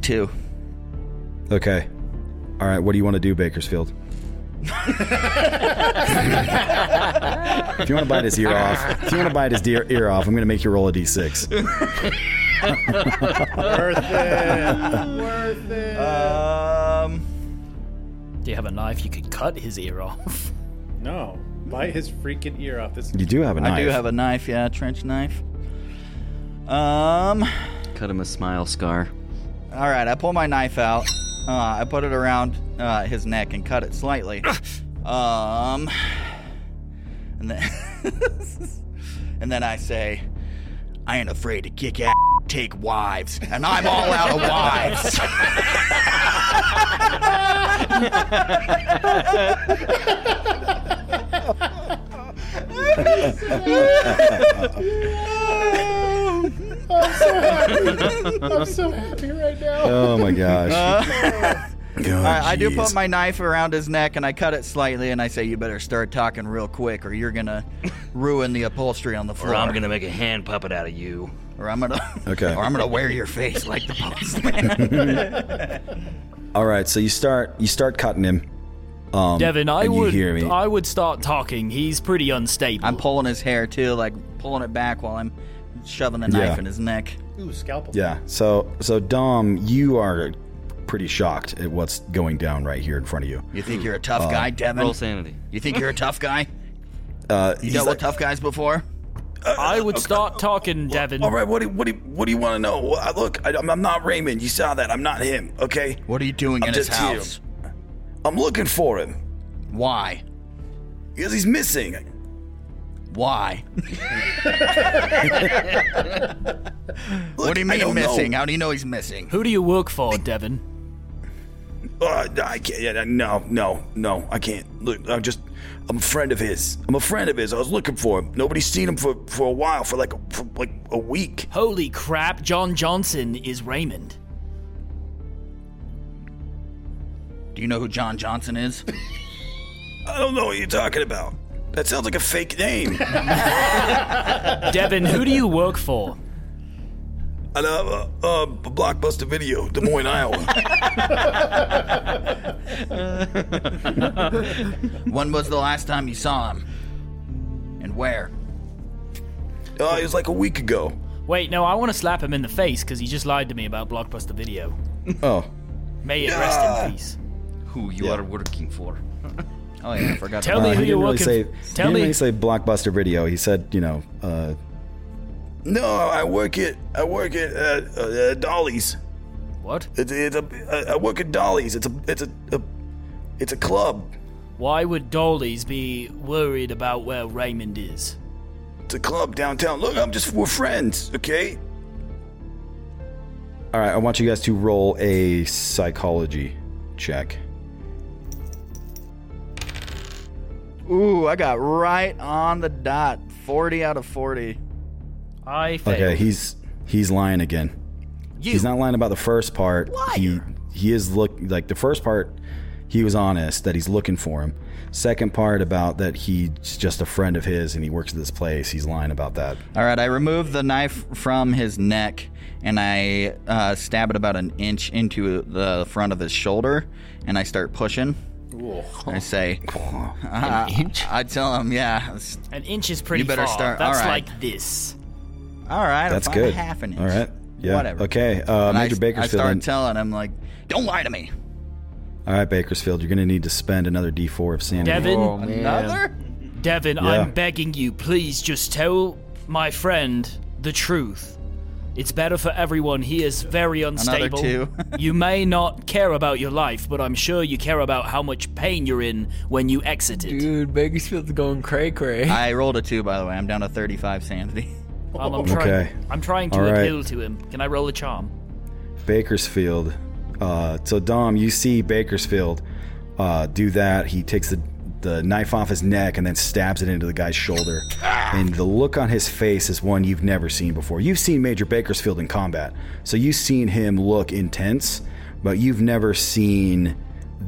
Speaker 5: Two.
Speaker 3: Okay. All right. What do you want to do, Bakersfield? if you want to bite his ear off, if you want to bite his deer, ear off, I'm going to make you roll a d6.
Speaker 4: Worth it. Worth it.
Speaker 5: Um,
Speaker 11: do you have a knife? You could cut his ear off.
Speaker 4: No. Bite his freaking ear off. This
Speaker 3: You do have
Speaker 4: a
Speaker 5: I do
Speaker 4: knife.
Speaker 5: have a knife. Yeah, trench knife. Um.
Speaker 9: Cut him a smile scar.
Speaker 5: All right, I pull my knife out. Uh, I put it around uh, his neck and cut it slightly. Um, and then, and then I say, "I ain't afraid to kick ass, take wives, and I'm all out of wives."
Speaker 4: I'm so happy. I'm so happy right now.
Speaker 3: Oh my gosh.
Speaker 5: All right, I do
Speaker 3: jeez.
Speaker 5: put my knife around his neck and I cut it slightly and I say, "You better start talking real quick, or you're gonna ruin the upholstery on the floor."
Speaker 9: Or I'm gonna make a hand puppet out of you.
Speaker 5: Or I'm gonna.
Speaker 3: Okay.
Speaker 5: Or I'm gonna wear your face like the postman.
Speaker 3: All right. So you start you start cutting him. Um,
Speaker 11: Devin, I
Speaker 3: and
Speaker 11: would
Speaker 3: You hear me?
Speaker 11: I would start talking. He's pretty unstable.
Speaker 5: I'm pulling his hair too, like pulling it back while I'm shoving the knife
Speaker 3: Yeah.
Speaker 5: in his neck.
Speaker 4: Ooh, scalpel.
Speaker 3: yeah. So so Dom, you are pretty shocked at what's going down right here in front of you.
Speaker 5: You think you're a tough
Speaker 3: Uh,
Speaker 5: guy, Devin?
Speaker 3: roll
Speaker 9: sanity.
Speaker 5: You think you're a tough guy?
Speaker 3: Uh,
Speaker 5: You
Speaker 3: he's
Speaker 5: dealt
Speaker 3: like,
Speaker 5: with tough guys before?
Speaker 11: I would start talking, Devin.
Speaker 3: all right. What do what do what do you want to know? Well, I- look, I, I'm not Raymond. You saw that. I'm not him. Okay.
Speaker 5: What are you doing in his house?
Speaker 3: I'm looking for him.
Speaker 5: Why?
Speaker 3: Because he's missing.
Speaker 5: Why? what
Speaker 3: Look,
Speaker 5: do you
Speaker 3: I
Speaker 5: mean
Speaker 3: don't know.
Speaker 5: missing? How do you know he's missing?
Speaker 11: Who do you work for, Devin?
Speaker 3: Uh, I can't. Yeah, no, no, no. I can't. Look, I'm just. I'm a friend of his. I'm a friend of his. I was looking for him. Nobody's seen him for for a while. For like for like a week.
Speaker 11: Holy crap, John Johnson is Raymond.
Speaker 5: Do you know who John Johnson is?
Speaker 3: I don't know what you're talking about. That sounds like a fake name.
Speaker 11: Devin, who do you work for?
Speaker 8: I uh, uh, Blockbuster Video, Des Moines, Iowa.
Speaker 5: when was the last time you saw him? And where?
Speaker 8: Uh, it was like a week ago.
Speaker 11: Wait, no, I want to slap him in the face because he just lied to me about Blockbuster Video.
Speaker 3: Oh.
Speaker 11: May it rest in peace.
Speaker 5: Who you are working for? Oh yeah, I forgot.
Speaker 11: Tell
Speaker 3: Uh,
Speaker 11: me who
Speaker 3: he
Speaker 11: you're
Speaker 3: didn't really
Speaker 11: working.
Speaker 3: say,
Speaker 11: f-
Speaker 3: he
Speaker 11: tell
Speaker 3: didn't
Speaker 11: me.
Speaker 3: really say blockbuster video. He said, you know, uh,
Speaker 8: No, I work at I work at uh, uh, uh, Dolly's.
Speaker 11: What?
Speaker 8: It's, it's a I I work at Dolly's. It's a it's a, a it's a club.
Speaker 11: Why would Dolly's be worried about where Raymond is?
Speaker 8: It's a club downtown. Look, I'm just we're friends, okay?
Speaker 3: all right, I want you guys to roll a psychology check.
Speaker 5: Ooh, I got right on the dot. Forty out of forty.
Speaker 11: I
Speaker 3: Okay, he's he's lying again. He's not lying about the first part. He he is look like the first part. He was honest that he's looking for him. Second part about that he's just a friend of his and he works at this place. He's lying about that.
Speaker 5: All right, I remove the knife from his neck and I uh, stab it about an inch into the front of his shoulder, and I start pushing. I say, uh,
Speaker 6: inch?
Speaker 5: I tell him, yeah. it's-
Speaker 11: An inch is pretty
Speaker 5: You better
Speaker 11: far.
Speaker 5: start-
Speaker 11: That's
Speaker 5: all right.
Speaker 11: like this.
Speaker 5: All right,
Speaker 3: That's
Speaker 5: if I'm
Speaker 3: good.
Speaker 5: Half an inch.
Speaker 3: All right. Yeah.
Speaker 5: Whatever.
Speaker 3: Okay. Uh,
Speaker 5: And I-
Speaker 3: Major Bakersfield.
Speaker 5: I start telling him like, "Don't lie to me."
Speaker 3: all right, Bakersfield. You're going to need to spend another D4 of sanity.
Speaker 11: Devin,
Speaker 5: Oh, another?
Speaker 11: Devin,
Speaker 3: Yeah.
Speaker 11: I'm begging you, please just tell my friend the truth. It's better for everyone. He is very unstable.
Speaker 5: two.
Speaker 11: you may not care about your life, but I'm sure you care about how much pain you're in when you exited.
Speaker 5: Dude, Bakersfield's going cray cray. I rolled a two, by the way. I'm down to 35 sanity.
Speaker 11: Well, I'm trying,
Speaker 3: Okay.
Speaker 11: I'm trying to
Speaker 3: All right.
Speaker 11: appeal to him. Can I roll a charm?
Speaker 3: Bakersfield. Uh, so Dom, you see Bakersfield uh, do that. He takes the the knife off his neck and then stabs it into the guy's shoulder. and the look on his face is one you've never seen before. You've seen Major Bakersfield in combat, so you've seen him look intense, but you've never seen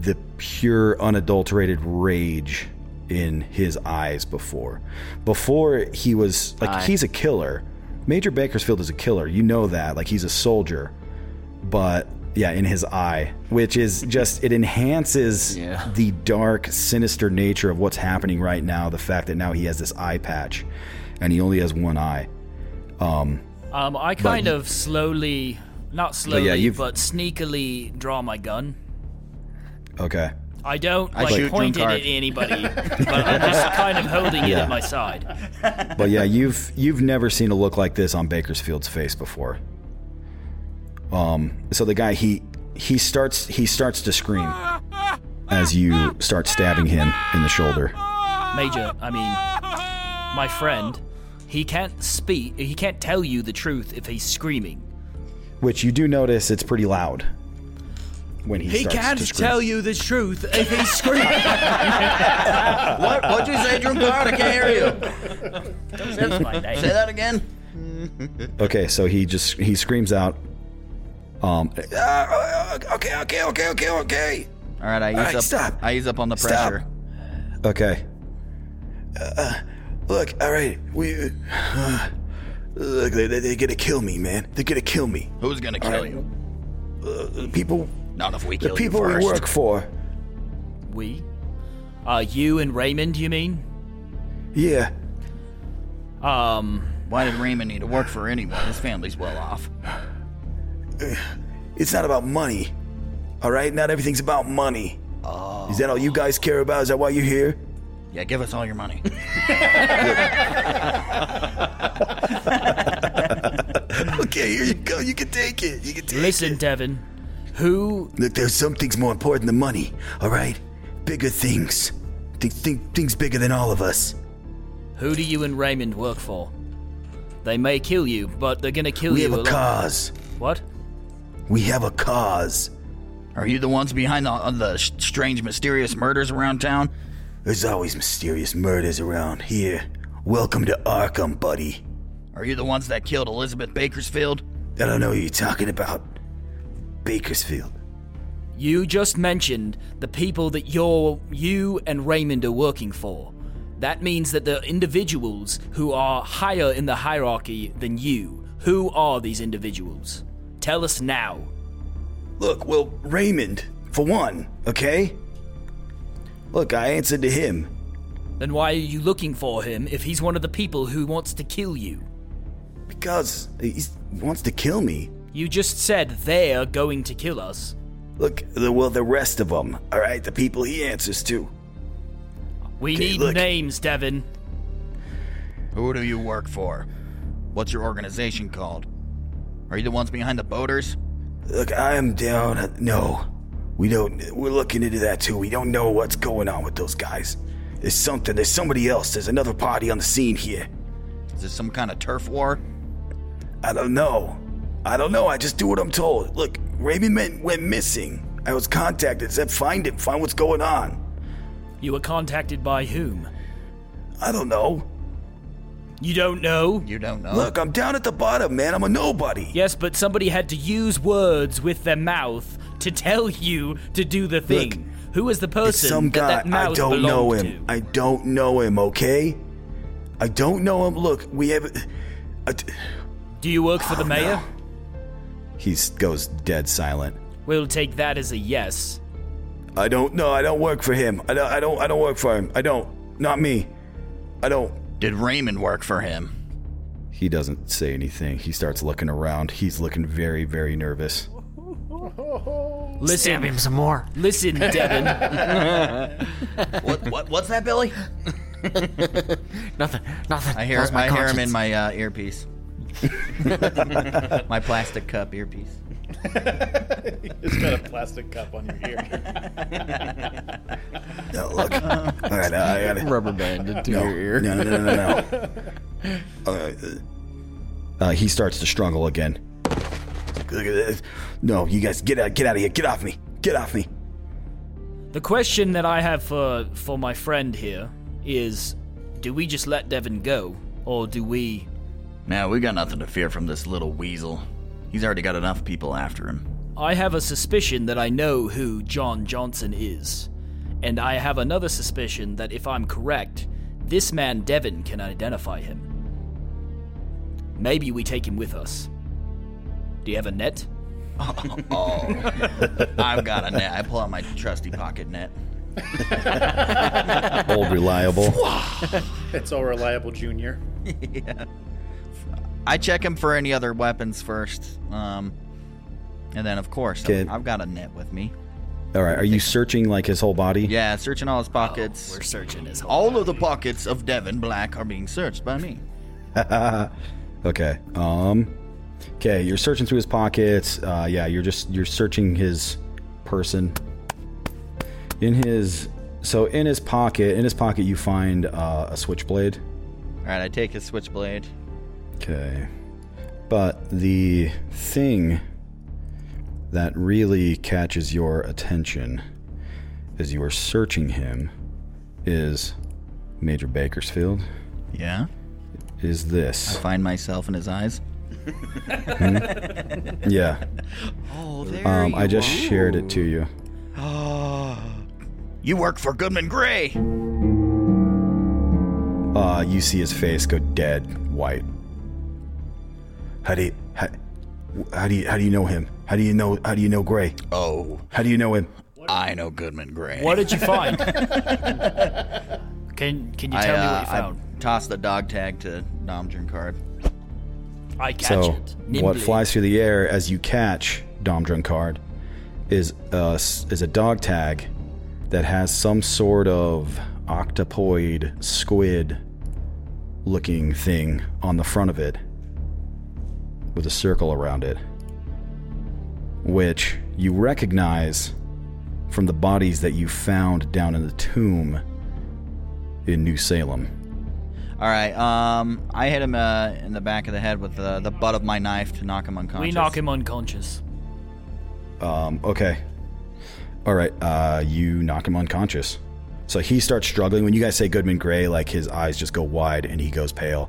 Speaker 3: the pure, unadulterated rage in his eyes before. Before he was like
Speaker 16: Aye.
Speaker 3: he's a killer. Major Bakersfield is a killer. You know that. Like he's a soldier but yeah, in his eye, which is just it enhances the dark, sinister nature of what's happening right now. The fact that now he has this eye patch, and he only has one eye. Um,
Speaker 11: Um, I
Speaker 3: But
Speaker 11: kind
Speaker 3: you-
Speaker 11: of slowly, not slowly,
Speaker 3: yeah, you've-
Speaker 11: but sneakily draw my gun.
Speaker 3: okay,
Speaker 11: I don't
Speaker 3: I
Speaker 11: like
Speaker 3: shoot
Speaker 11: point it
Speaker 3: Junkard.
Speaker 11: at anybody, but I'm just kind of holding it
Speaker 3: Yeah.
Speaker 11: at my side.
Speaker 3: but yeah, you've you've never seen a look like this on Bakersfield's face before. Um, so the guy he he starts he starts to scream as you start stabbing him in the shoulder.
Speaker 11: Major, I mean, my friend, he can't speak. He can't tell you the truth if he's screaming.
Speaker 3: which you do notice it's pretty loud when he, starts to scream.
Speaker 11: you the truth if he's screaming.
Speaker 5: what? What'd you say, Drunkard? I can't hear you.
Speaker 11: Don't say my name.
Speaker 5: Say that again.
Speaker 3: Okay, so he just he screams out. Um,
Speaker 8: Uh, uh, okay, okay, okay, okay, okay.
Speaker 5: All right, I use
Speaker 8: All right,
Speaker 5: up.
Speaker 8: stop.
Speaker 5: I use up on the
Speaker 8: Stop.
Speaker 5: pressure.
Speaker 3: okay,
Speaker 8: Look, all right, we. Uh, look, they, they, they're gonna kill me, man. They're gonna kill me.
Speaker 5: Who's gonna
Speaker 8: kill
Speaker 5: you?
Speaker 8: Uh, the people.
Speaker 5: Not if we
Speaker 8: The
Speaker 5: kill
Speaker 8: people
Speaker 5: you
Speaker 8: we
Speaker 5: first.
Speaker 8: work for.
Speaker 11: We? Uh, you and Raymond, you mean?
Speaker 8: Yeah.
Speaker 11: Um.
Speaker 5: Why did Raymond need to work for anyone? His family's well off.
Speaker 8: It's not about money. All right, not everything's about money. Is that all you guys care about? Is that why you're here?
Speaker 5: Oh. Yeah, give us all your money.
Speaker 8: okay, here you go. You can take it. You can take
Speaker 11: Listen, Devin. Who?
Speaker 8: Look, there's some things more important than money. All right, bigger things. Think, think, things bigger than all of us.
Speaker 11: Who do you and Raymond work for? They may kill you, but they're gonna kill
Speaker 8: we
Speaker 11: you
Speaker 8: have a
Speaker 11: along-
Speaker 8: cause.
Speaker 11: What?
Speaker 8: We have a cause.
Speaker 5: Are you the ones behind the, the sh- strange, mysterious murders around town?
Speaker 8: There's always mysterious murders around here. Welcome to Arkham, buddy.
Speaker 5: Are you the ones that killed Elizabeth Bakersfield?
Speaker 8: I don't know who you're talking about. Bakersfield.
Speaker 11: You just mentioned the people that you're, you and Raymond are working for. That means that the individuals who are higher in the hierarchy than you, Who are these individuals? Tell us now.
Speaker 8: Look, well, Raymond, for one, okay? Look, I answered to him.
Speaker 15: Then why are you looking for him if he's one of the people who wants to kill you?
Speaker 8: Because he wants to kill me.
Speaker 11: You just said they're going to kill us.
Speaker 8: Look, the, well, the rest of them, all right? The people he answers to.
Speaker 11: We need names, Devin.
Speaker 5: Who do you work for? What's your organization called? Are you the ones behind the boaters?
Speaker 8: Look, I am down. No, we don't. We're looking into that too. We don't know what's going on with those guys. There's something. There's somebody else. There's another party on the scene here.
Speaker 5: Is this some kind of turf war?
Speaker 8: I don't know. I don't know. I just do what I'm told. Look, Raymond went, went missing. I was contacted. Said find him. Find what's going on.
Speaker 11: You were contacted by whom?
Speaker 8: I don't know.
Speaker 11: You don't know?
Speaker 5: You don't know.
Speaker 8: Look, I'm down at the bottom, man. I'm a nobody.
Speaker 11: Yes, but somebody had to use words with their mouth to tell you to do the thing. Who is the person
Speaker 8: Some
Speaker 11: that
Speaker 8: guy.
Speaker 11: that mouth
Speaker 8: I don't
Speaker 11: belonged
Speaker 8: know
Speaker 11: to?
Speaker 8: him. I don't know him. Okay. I don't know him. Look, we have. I d-
Speaker 11: Do you work
Speaker 8: Oh,
Speaker 11: for the mayor?
Speaker 3: He s- goes dead silent.
Speaker 11: We'll take that as a yes.
Speaker 8: I don't know. I don't work for him. I don't. I don't. I don't work for him. I don't. Not me. I don't.
Speaker 5: Did Raymond work for him?
Speaker 3: He doesn't say anything. He starts looking around. He's looking very, very nervous.
Speaker 4: Oh.
Speaker 11: Listen.
Speaker 5: Stab him
Speaker 11: some more. Listen, Devin.
Speaker 5: what, what, what's that, Billy?
Speaker 6: nothing. Nothing.
Speaker 5: I hear,
Speaker 6: That was my
Speaker 5: I hear him
Speaker 6: conscience.
Speaker 5: in my uh, earpiece. my plastic cup earpiece.
Speaker 4: it's got a plastic cup on your ear.
Speaker 8: No, look. All right, I got it.
Speaker 3: Rubber banded to
Speaker 8: no,
Speaker 3: your ear.
Speaker 8: No, no, no, no, no. All right, uh,
Speaker 3: Uh, he starts to struggle again.
Speaker 8: look at this. No, you guys get out. Get out of here. Get off me. Get off me.
Speaker 11: the question that I have for for my friend here is do we just let Devin go or do we
Speaker 5: Now, we got nothing to fear from this little weasel. He's already got enough people after him.
Speaker 11: I have a suspicion that I know who John Johnson is. And I have another suspicion that if I'm correct, this man Devin can identify him. Maybe we take him with us. Do you have a net?
Speaker 5: Oh, I've got a net. I pull out my trusty pocket net.
Speaker 3: Old reliable.
Speaker 4: it's all reliable, Junior.
Speaker 5: yeah. I check him for any other weapons first. Um, and then, of course,
Speaker 3: Okay.
Speaker 5: I've got a net with me.
Speaker 3: All right. Are you searching like his whole body?
Speaker 5: Yeah, searching all his pockets. we're
Speaker 11: Oh, searching his
Speaker 5: All of the pockets of Devin Black are being searched by me.
Speaker 3: okay. Um. Okay. You're searching through his pockets. Uh, yeah. You're just you're searching his person. In his so in his pocket in his pocket you find uh, a switchblade.
Speaker 5: All right, I take his switchblade.
Speaker 3: Okay. But the thing that really catches your attention as you are searching him is Major Bakersfield.
Speaker 5: Yeah.
Speaker 3: Is
Speaker 5: I
Speaker 3: this.
Speaker 5: find myself in his eyes.
Speaker 3: Hmm? yeah.
Speaker 5: Oh, there
Speaker 3: um,
Speaker 5: you
Speaker 3: I just
Speaker 5: are.
Speaker 3: shared it to you.
Speaker 5: you work for Goodman Gray.
Speaker 3: Uh, you see his face go dead white.
Speaker 8: How do you, how, how do you how do you know him? How do you know how do you know Gray?
Speaker 5: Oh,
Speaker 8: how do you know him?
Speaker 5: I know Goodman Gray.
Speaker 11: What did you find? can can you
Speaker 5: I,
Speaker 11: tell me
Speaker 5: uh,
Speaker 11: what you found?
Speaker 5: I tossed the dog tag to Dom Drinkard.
Speaker 11: I, catch
Speaker 3: so,
Speaker 11: it.
Speaker 3: what flies through the air as you catch Dom Drunkard is a, is a dog tag that has some sort of octopoid squid looking thing on the front of it with a circle around it, which you recognize from the bodies that you found down in the tomb in New Salem.
Speaker 5: All right, um, I hit him uh, in the back of the head with the, the butt of my knife to knock him unconscious.
Speaker 11: We knock him unconscious.
Speaker 3: Um, okay. All right. Uh, you knock him unconscious. So he starts struggling. When you guys say Goodman Gray, like his eyes just go wide and he goes pale.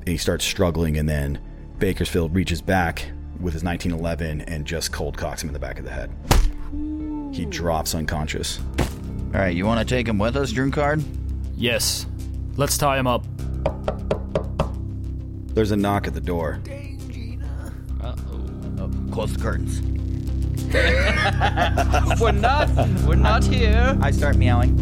Speaker 3: And he starts struggling, and then Bakersfield reaches back with his 1911 and just cold cocks him in the back of the head. He drops unconscious.
Speaker 5: All right, you want to take him with us, Drunkard?
Speaker 11: Yes. Let's tie him up.
Speaker 3: There's a knock at the door.
Speaker 5: Oh, Close the curtains.
Speaker 15: we're not. We're not here.
Speaker 5: I start meowing.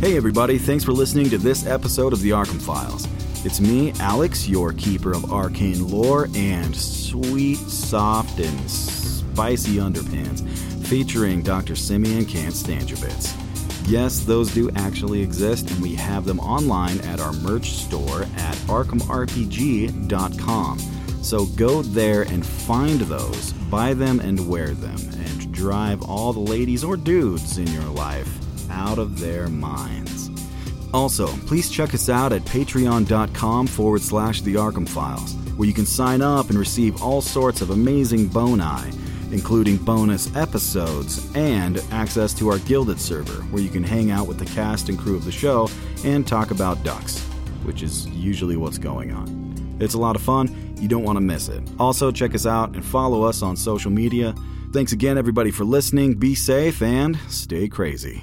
Speaker 3: Hey, everybody, thanks for listening to this episode of the Arkham Files. It's me, Alex, your keeper of arcane lore and sweet, soft, and spicy underpants, featuring Dr. Simeon Can't Stand Your Bits. Yes, those do actually exist, and we have them online at our merch store at arkhamrpg.com. So go there and find those, buy them, and wear them, and drive all the ladies or dudes in your life out of their minds. Also, please check us out at patreon.com forward slash the Arkham Files, where you can sign up and receive all sorts of amazing boni, including bonus episodes and access to our Gilded server, where you can hang out with the cast and crew of the show and talk about ducks, which is usually what's going on. It's a lot of fun. You don't want to miss it. Also, check us out and follow us on social media. Thanks again, everybody, for listening. Be safe and stay crazy.